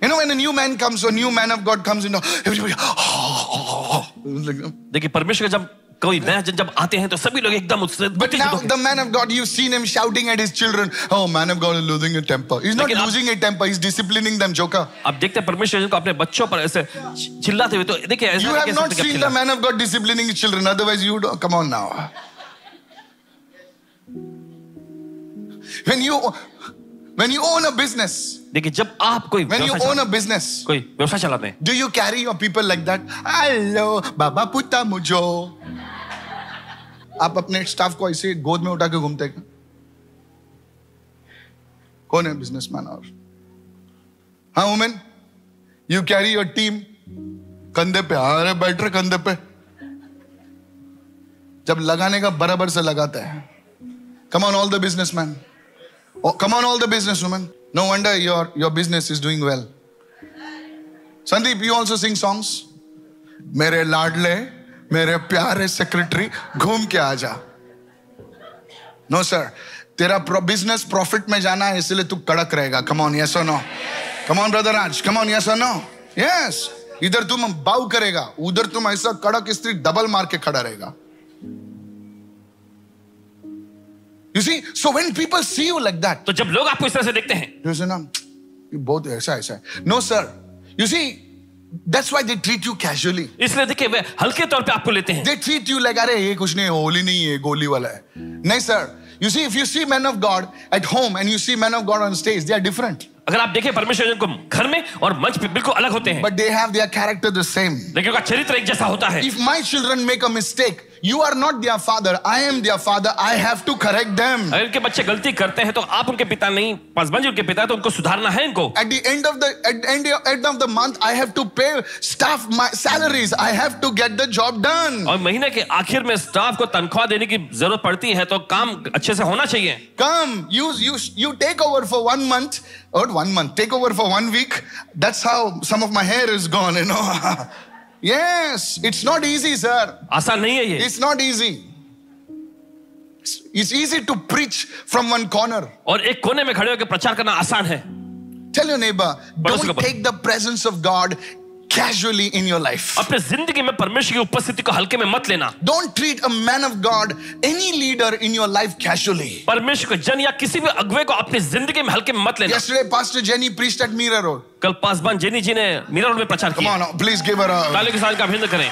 You know, when a new man comes, or new man of God comes, you know, everybody,
देखिए परमेश्वर का जब कोई नया जन जब आते हैं तो सभी लोग एकदम उत्साहित
But
उत्तेजित
now
होके-
the man of God, you've seen him shouting at his children, Oh, man of God is losing a temper. He's not
Lekin aap-
losing a temper, he's disciplining them, Joker.
आप देखते हैं परमेश्वर जी को अपने बच्चों पर ऐसे चि- चिल्लाते हुए तो देखिए ऐसा
You
नहीं
have
कह
not
सकते कि आप
seen the
चिल्ला-
man of God disciplining his children. Otherwise, you would oh, come on now. When you when you own a business,
देखिए जब आप कोई
when you
व्यवसाय
own a
चला-
business,
कोई व्यवसाय चलाते हैं
do you carry your people like that? Hello, Baba Puta Mujo. आप अपने स्टाफ को ऐसे गोद में उठा के घूमते हैं क्या? कौन है बिजनेसमैन और हाँ women you carry your team कंधे पे हाँ, अरे बैठ रहे कंधे पे जब लगाने का बराबर से लगाता है come on all the businessman come on all the business women no wonder your your business is doing well Sandeep, you also sing songs? मेरे लाडले मेरे प्यारे सेक्रेटरी घूम के आ जा नो सर तेरा बिजनेस प्रॉफिट में जाना है इसलिए तू कड़क रहेगा come on yes no come on brother Raj come on yes no yes इधर तुम बाउ करेगा उधर तुम ऐसा कड़क स्त्री डबल मार के खड़ा रहेगा you see so when people see you like that
तो जब लोग आपको इस तरह से देखते हैं
eh, You say, no, you both ऐसा ऐसा है. No, sir. You see, That's why they treat you casually.
इसलिए देखिए वे हल्के तौर पे आपको लेते हैं
They treat you like, अरे ये कुछ नहीं होली नहीं है गोली वाला है नहीं sir You see, if you see men of God at home and you see men of God on stage, they are different.
अगर आप देखें परमेश्वर जी को घर में और मंच पे बिल्कुल अलग होते हैं
But they have their character the same.
लेकिन उनका चरित्र एक जैसा होता है
If my children make a mistake, you are not their father. I am their father. I have to correct them.
अगर इनके बच्चे गलती करते हैं तो आप उनके पिता नहीं पासवान जी उनके पिता है तो उनको सुधारना है इनको
At the end of the at end, end of the month, I have to pay staff my salaries. I have to get the job done.
और महीने के आखिर में स्टाफ को तनख्वाह देने की जरूरत पड़ती है तो काम अच्छे से होना चाहिए
Come, you you you take over for one month or one month. Take over for one week. That's how some of my hair is gone. You know. yes, it's not easy, sir.
आसान नहीं है ये
It's not easy. It's- It's easy to preach from one corner.
और एक कोने में खड़े होकर प्रचार करना आसान है
Tell your neighbor,
Paras
don't
ka ba?
take the presence of God casually in your life.
अपने जिंदगी में परमेश्वर की उपस्थिति को हल्के में मत लेना
Don't treat a man of God, any leader in your life casually.
परमेश्वर को जन या किसी भी अगुवे को अपनी जिंदगी में हल्के में मत लेना
Yesterday, Pastor Jenny preached at Mira Road.
कल पासवान जेनी जी ने मीरा रोड में प्रचार
Come
किया
on, please give her a
ताले के साथ का अभिनंदन करें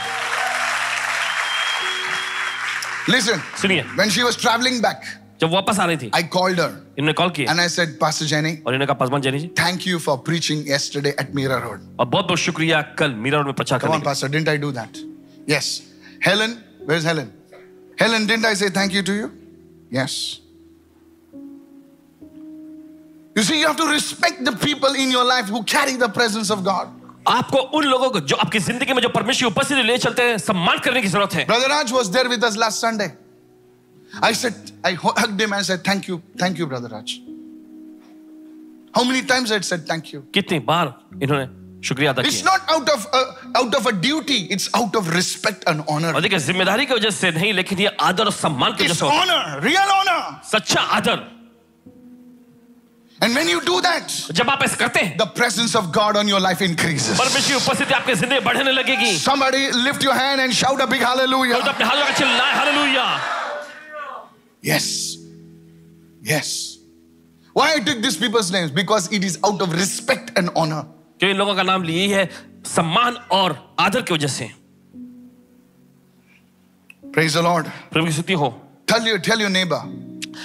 listen.
सुनिए
When she was traveling back,
जब वापस आ रही थी
I called her
इन्होंने कॉल किया
and I said, Pastor Jenny,
और इन्होंने कहा pastor Jenny ji
thank you for preaching yesterday at Mira Road.
और बहुत बहुत शुक्रिया कल मीरा रोड में प्रचार
Come
करने
on,
के लिए।
Pastor, didn't I do that? Yes. Helen, where's Helen? Helen, didn't I say thank you to you? Yes. You see, you have to respect the people in your life who carry the presence of God.
आपको उन लोगों को जो आपकी जिंदगी में जो परमेश्वर की उपस्थिति ले चलते हैं सम्मान करने की जरूरत है
Brother Raj was there with us last Sunday. I said, I hu- hugged him and I said, Thank you, thank you, Brother Raj. How many times I said thank you?
कितनी बार इन्होंने शुक्रिया अदा
It's
किया
not out of a, out of a duty, it's out of respect and honor.
और देखिए जिम्मेदारी की वजह से नहीं लेकिन ये आदर और सम्मान की वजह
It's
से होता है।
honor, real honor.
सच्चा आदर
And when you do that,
जब आप ऐसा करते हैं
the presence of God on your life increases.
परमेश्वर की उपस्थिति आपकी जिंदगी में बढ़ने लगेगी
Somebody lift your hand and shout a big
और तो
hallelujah.
अपने हालों का चिल्लाए hallelujah
Yes. Yes. Why I took these people's names? Because it is out of respect and honor.
क्यों इन लोगों का नाम लिए ही है सम्मान और आदर की वजह से
Praise the Lord.
प्रभु की स्तुति हो
Tell your tell your neighbor,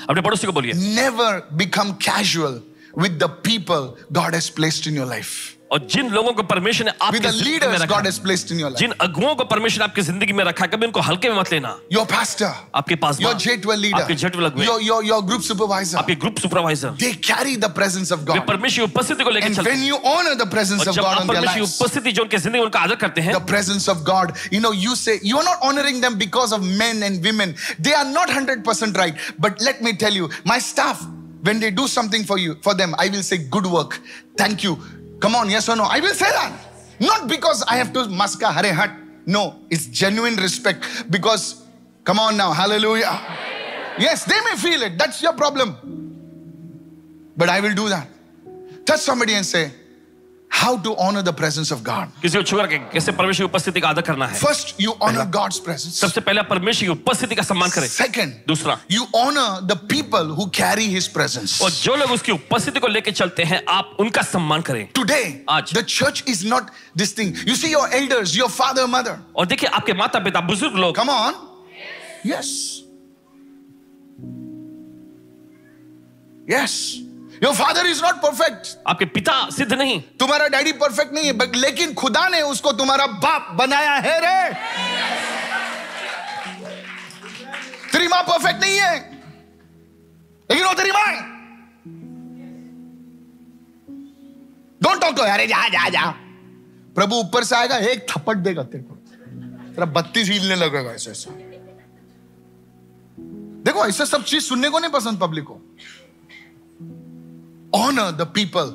अपने पड़ोसी को बोलिए
never become casual with the people God has placed in your life.
और जिन लोगों को परमेश्वर ने
With
आपकी
the
जिंदगी में
leaders
रखा
God has placed in your life.
जिन अगुओं को परमेश्वर ने आपकी जिंदगी में रखा है, कभी उनको हल्के में मत लेना
Your pastor,
आपके पास
your J12
आपके J12
leader,
अगुए,
your, your, your group supervisor.
आपके group supervisor
They carry the presence of
वे
God.
परमेश्वर की उपस्थिति को लेकर
And
चलते
when
हैं
you honor the presence
और
of
जब
God
आप
on their
परमेश्वर की
lives,
उपस्थिति जो उनके जिंदगी में उनका आदर करते हैं
the presence of God. You know, you say you are not honoring them because of men and women. They are not 100% right. But let me tell you, my staff, when they do something for you, for them, I will say, good work. Thank you. Come on, yes or no? I will say that. Not because I have to maska hare hat. No, it's genuine respect. Because, come on now, hallelujah. Yes, they may feel it. That's your problem. But I will do that. Touch somebody and say, how to honor the presence of God.
किसी को छुकर के कैसे परमेश्वर की उपस्थिति का आदर करना है
First, you honor God's presence.
सबसे पहले आप परमेश्वर की उपस्थिति का सम्मान करें
Second,
दूसरा
you honor the people who carry His presence.
और जो लोग उसकी उपस्थिति को लेकर चलते हैं आप उनका सम्मान करें
Today,
Aaj.
the church is not this thing. You see, your elders, your father, mother.
और देखिए आपके माता पिता बुजुर्ग लोग
Come on. Yes. Yes. Your father is not perfect.
आपके पिता सिद्ध नहीं
तुम्हारा डैडी परफेक्ट नहीं है बट लेकिन खुदा ने उसको तुम्हारा बाप बनाया है रे तेरी मां परफेक्ट नहीं है लेकिन वो तेरी मां है डोंट टॉक टू अरे जा जा जा प्रभु ऊपर से आएगा एक थप्पड़ देगा तेरे को तेरा बत्तीस हिलने लगेगा ऐसे ऐसे देखो ऐसे सब चीज सुनने को नहीं पसंद पब्लिक को honour the people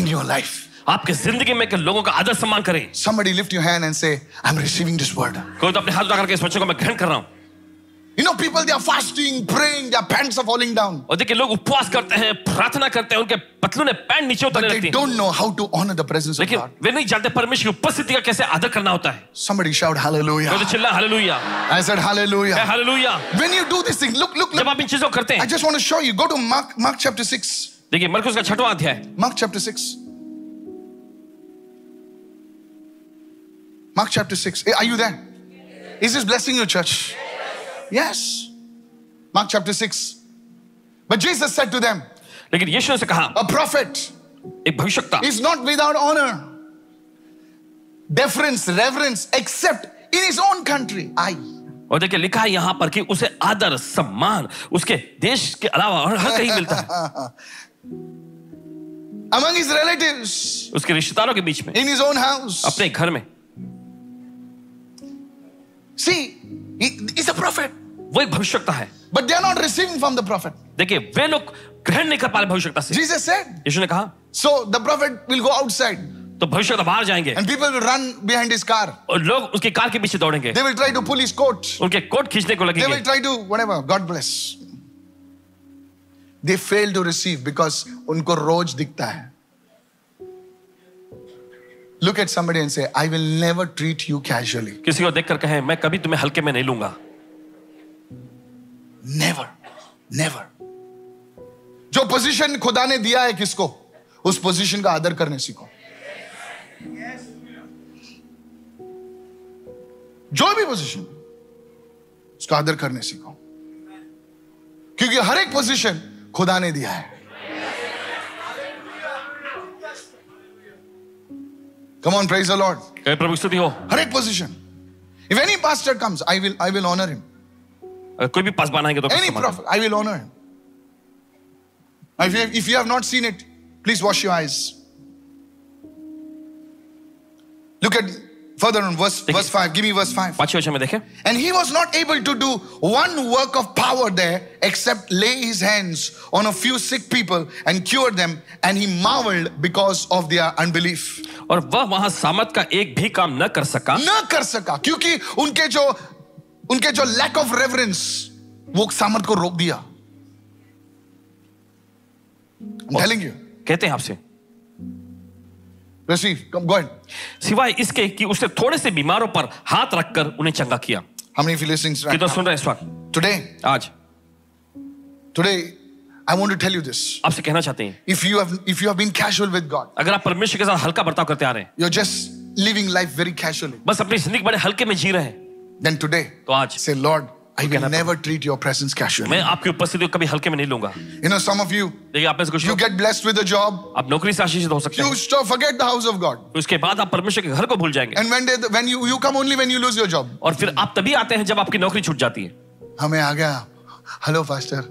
in your life
आपके जिंदगी में के लोगों का आदर सम्मान करें
Somebody lift your hand and say, I'm receiving this word.
कोई तो अपने हाथ उठाकर के इस वचन को मैं ग्रहण कर रहा हूं
You know, people, they are fasting, praying, their pants are falling down.
और देखिए लोग उपवास करते हैं प्रार्थना करते हैं उनके पतलू ने पैंट नीचे उतरने
They
लगती है
don't know how to honor the presence of
लेकिन
God.
वे नहीं जानते परमेश्वर की उपस्थिति का कैसे आदर करना होता है
Somebody shout
कोई तो
hallelujah.
चिल्ला hallelujah
I said hallelujah.
Hallelujah
When you do this thing, look, look,
जब
look.
आप इन चीजों को करते
I
हैं
just want to show you. Go to Mark, Mark chapter 6.
देखिए मरकुस का छठवां अध्याय
Mark chapter 6. Mark chapter 6. Are you there? Is this blessing your church? Yes. Mark chapter 6. But Jesus said to them,
लेकिन यीशु ने उनसे कहा
A prophet
एक भविष्यता
is not without honor, deference, reverence, except in his own country. I.
और देखिए लिखा है यहाँ पर कि उसे आदर सम्मान उसके देश के अलावा और हर कहीं मिलता है
Among his relatives,
उसके रिश्तेदारों के बीच में
in his own house.
अपने घर में
See, he, he's a prophet,
वो एक भविष्यता है
but they are not receiving from the prophet.
देखिए वे लोग ग्रहण नहीं कर पा रहे भविष्यता से
Jesus said,
यीशु ने कहा
So the prophet will go outside
तो भविष्यता बाहर जाएंगे
and people will run behind his car.
और लोग उसकी कार के पीछे दौड़ेंगे
They will try to pull his coat.
उनके कोट खींचने को
They
लगेंगे
will try to whatever. God bless. They fail to receive because उनको रोज दिखता है. Look at somebody and say, I will never treat you casually.
किसी को देखकर कहें मैं कभी तुम्हें हल्के में नहीं लूंगा
नेवर नेवर जो पोजीशन खुदा ने दिया है किसको उस पोजीशन का आदर करने सीखो जो भी पोजीशन उसका आदर करने सीखो क्योंकि हर एक पोजीशन खुदा ने दिया है come on praise the Lord
कहे प्रभु की स्तुति हो
हर एक position if any pastor comes I will I will honour him
अगर कोई भी पासवान आएंगे तो
Any
सम्मान
prophet, I will honor him. If you, if you have not seen it, please wash your eyes. Look at further on verse,
Take
verse
it.
5. Give me verse 5.
पांचवें वचन में देखें
And he was not able to do one work of power there except lay his hands on a few sick people and cure them. And he marveled because of their unbelief.
और वह वहां सामर्थ का एक भी काम न कर सका
न कर सका क्योंकि उनके जो उनके जो लैक ऑफ रेफरेंस वो सामर्थ को रोक दिया telling you
कहते हैं आपसे
receive come go ahead
सिवाय इसके कि उसने थोड़े से बीमारों पर हाथ रखकर उन्हें चंगा किया
how many of you listening right
कितना सुन रहे हैं इस वक्त
now? today
आज
today i want to tell you this
आपसे कहना चाहते हैं
if you have if you have been casual with god
अगर आप परमेश्वर के साथ हल्का बर्ताव करते आ रहे हैं
you're just living life very casually
बस अपनी जिंदगी बड़े हल्के में जी रहे हैं
then today
तो आज
say lord i
Okay,
will
now-
never treat your presence casually
मैं आपकी उपस्थिति को कभी हल्के में नहीं लूंगा
you know some of you
देखिए आप में से कुछ
you
लोग
get blessed with a job
आप नौकरी से आशीषित हो सकते
you
हैं
stop, forget the house of god
उसके बाद आप परमेश्वर के घर को भूल जाएंगे
and when they, when you you come only when you lose your job
और फिर आप तभी आते हैं जब आपकी नौकरी छूट जाती है
हमें आ गया हेलो फास्टर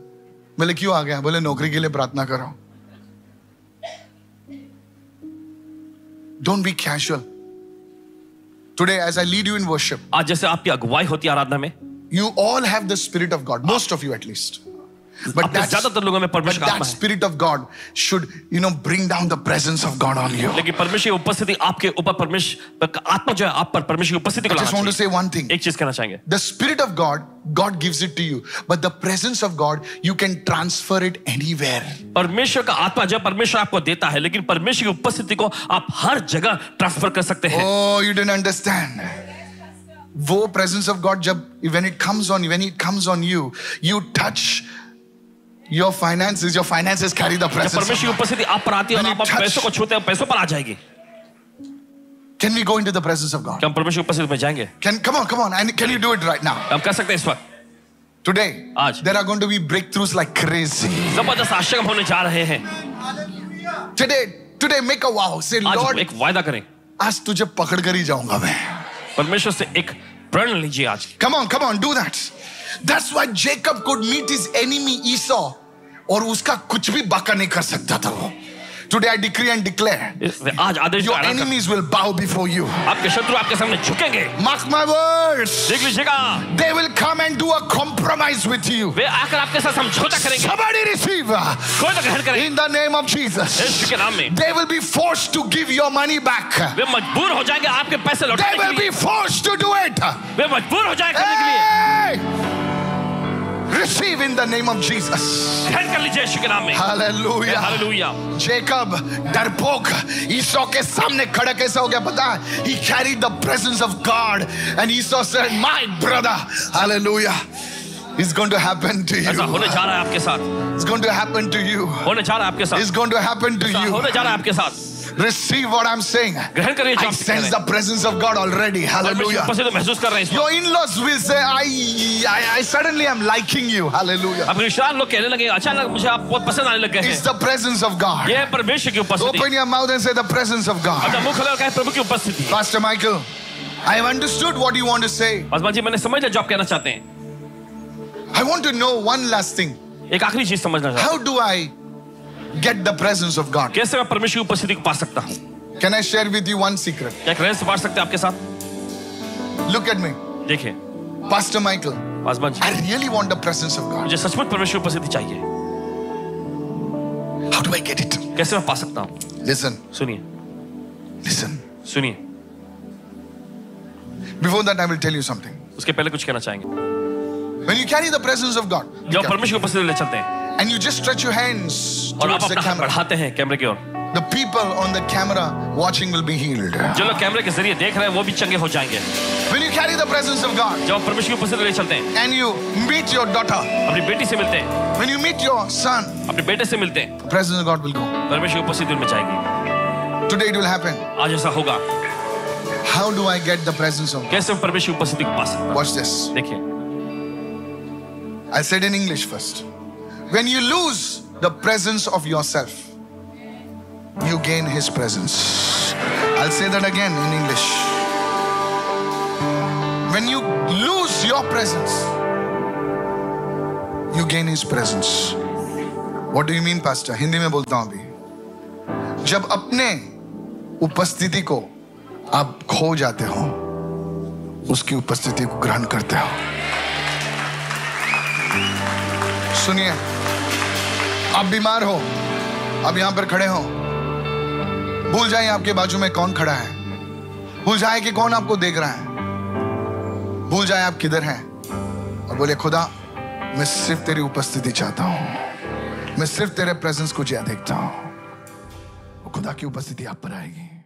बोले क्यों आ गया बोले नौकरी के लिए प्रार्थना कर रहा हूं don't be casual today as I lead you in worship
आज जैसे आपकी अगुवाई होती है आराधना में
you all have the spirit of God most of you at least
आपके ज्यादातर लोगों में परमेश्वर का
that
आत्मा है
spirit of god should you know bring down the presence of god on you i
लेकिन परमेश्वर की उपस्थिति आपके ऊपर परमेश्वर का आत्मा जो है आप पर परमेश्वर की उपस्थिति को
just want
लगाना
to say
चाहिए।
one thing
एक चीज कहना चाहेंगे
the spirit of god god gives it to you but the presence of god you can transfer it anywhere
परमेश्वर का आत्मा जो परमेश्वर आपको देता है लेकिन परमेश्वर की उपस्थिति को आप हर जगह ट्रांसफर कर सकते हैं
Oh, you didn't understand. वो presence of God जब when it comes on when it comes on you, you touch your finances. Your finances carry the
जब
presence.
परमेश्वर
Of
की उपस्थिति आप पर आती है और
When
आप
it
आप पैसों को
touch-
छूते हैं पैसों पर आ जाएगी क्या
Can we go into the presence of God?
हम परमेश्वर की उपस्थिति में जाएंगे क्या
Can come on, come on, and can you do it right now?
हम कर सकते हैं इस वक्त
Today,
आज।
there are going to be breakthroughs like crazy.
जबरदस्त आश्रम होने जा रहे हैं
Today, today make a vow. Say,
आज
Lord,
एक वायदा करें
आज तुझे पकड़ कर ही जाऊंगा मैं.
परमेश्वर से एक प्रण लीजिए आज
Come on, come on, do that. That's why Jacob could meet his enemy Esau, और उसका कुछ भी बाका नहीं कर सकता था वो. Today I decree and declare,
इस- आज आदेश का
your
ऐलान कर-
enemies will bow before you.
आपके शत्रु आपके सामने झुकेंगे
Mark my words.
देख लीजिएगा
They will come and do a compromise with you.
वे आकर आपके साथ समझौता करेंगे
Somebody receive uh,
कोई तो ग्रहण करेंगे
in the name of Jesus.
यीशु के नाम में
They will be forced to give your money back.
वे मजबूर हो जाएंगे आपके पैसे
They
लौटाने के
will
लिए
be forced to do it.
वे मजबूर हो जाएंगे करने के लिए
Hey! Receive in the name of Jesus.
ग्रहण कर लीजिए यीशु के नाम में
Hallelujah.
हालेलुया
Jacob, डरपोक ईसो के सामने खड़ा कैसा हो गया पता है he carried the presence of God and Esau said my brother hallelujah it's going to happen to
ऐसा
you
होने जा रहा है आपके साथ
it's going to happen to you
होने जा रहा है आपके साथ
it's going to happen to
ऐसा
you
होने जा रहा है आपके साथ
Receive what I'm saying.
ग्रहण करिए जो
I
आप कह
sense
रहे
the
हैं।
presence of God already. Hallelujah.
परमेश्वर से तो महसूस कर रहे हैं इसको।
Your in-laws will say, I, I, I suddenly am liking you. Hallelujah.
अब रिश्तेदार लोग कहने लगे अचानक मुझे आप बहुत पसंद आने लग गए
It's
हैं
the presence of God.
यह परमेश्वर की उपस्थिति
Open your mouth and say the presence of God.
अच्छा मुंह खुला है प्रभु की उपस्थिति
Pastor Michael, I have understood what you want to say.
Paswan ji मैंने समझ लिया जो आप कहना चाहते हैं
I want to know one last thing.
एक आखिरी चीज समझना चाहते हैं
How do I get the presence of God?
कैसे मैं परमेश्वर की उपस्थिति को पा सकता हूँ
Can I share with you one secret?
क्या एक रहस्य बांट सकते हैं आपके साथ
Look at me.
देखिए
Pastor Michael,
Paswan ji
I really want the presence of God.
मुझे सचमुच परमेश्वर की उपस्थिति चाहिए
How do I get it?
कैसे मैं पा सकता हूँ
Listen,
सुनिए
listen.
सुनिए
Before that, I will tell you something.
उसके पहले कुछ कहना चाहेंगे
When you carry the presence of God,
जब आप परमेश्वर की उपस्थिति ले चलते हैं
and you just stretch your hands
और आप
towards the
अपना हाथ
camera,
बढ़ाते हैं कैमरे की ओर
the people on the camera watching will be healed.
जो लोग कैमरे के जरिए देख रहे हैं वो भी चंगे हो जाएंगे
When you carry the presence of God
जब आप परमेश्वर की उपस्थिति ले चलते हैं
and you meet your daughter,
अपनी बेटी से मिलते हैं
when you meet your son,
अपने बेटे से मिलते हैं
the presence of God will go.
परमेश्वर की उपस्थिति उनमें जाएगी
Today it will happen.
आज ऐसा होगा
How do I get the presence of God?
कैसे मैं परमेश्वर की उपस्थिति को पा सकता
Watch this.
हूं? देखिए
I said in English first. When you lose the presence of yourself, you gain His presence. I'll say that again in English. When you lose your presence, you gain His presence. What do you mean, Pastor? Hindi में बोलता हूँ अभी जब अपने उपस्थिति को आप खो जाते हो उसकी उपस्थिति को ग्रहण करते हो सुनिए आप बीमार हो आप यहां पर खड़े हो भूल जाए आपके बाजू में कौन खड़ा है भूल जाए कि कौन आपको देख रहा है भूल जाए आप किधर हैं और बोले खुदा मैं सिर्फ तेरी उपस्थिति चाहता हूं मैं सिर्फ तेरे प्रेजेंस को जिया देखता हूं खुदा की उपस्थिति आप पर आएगी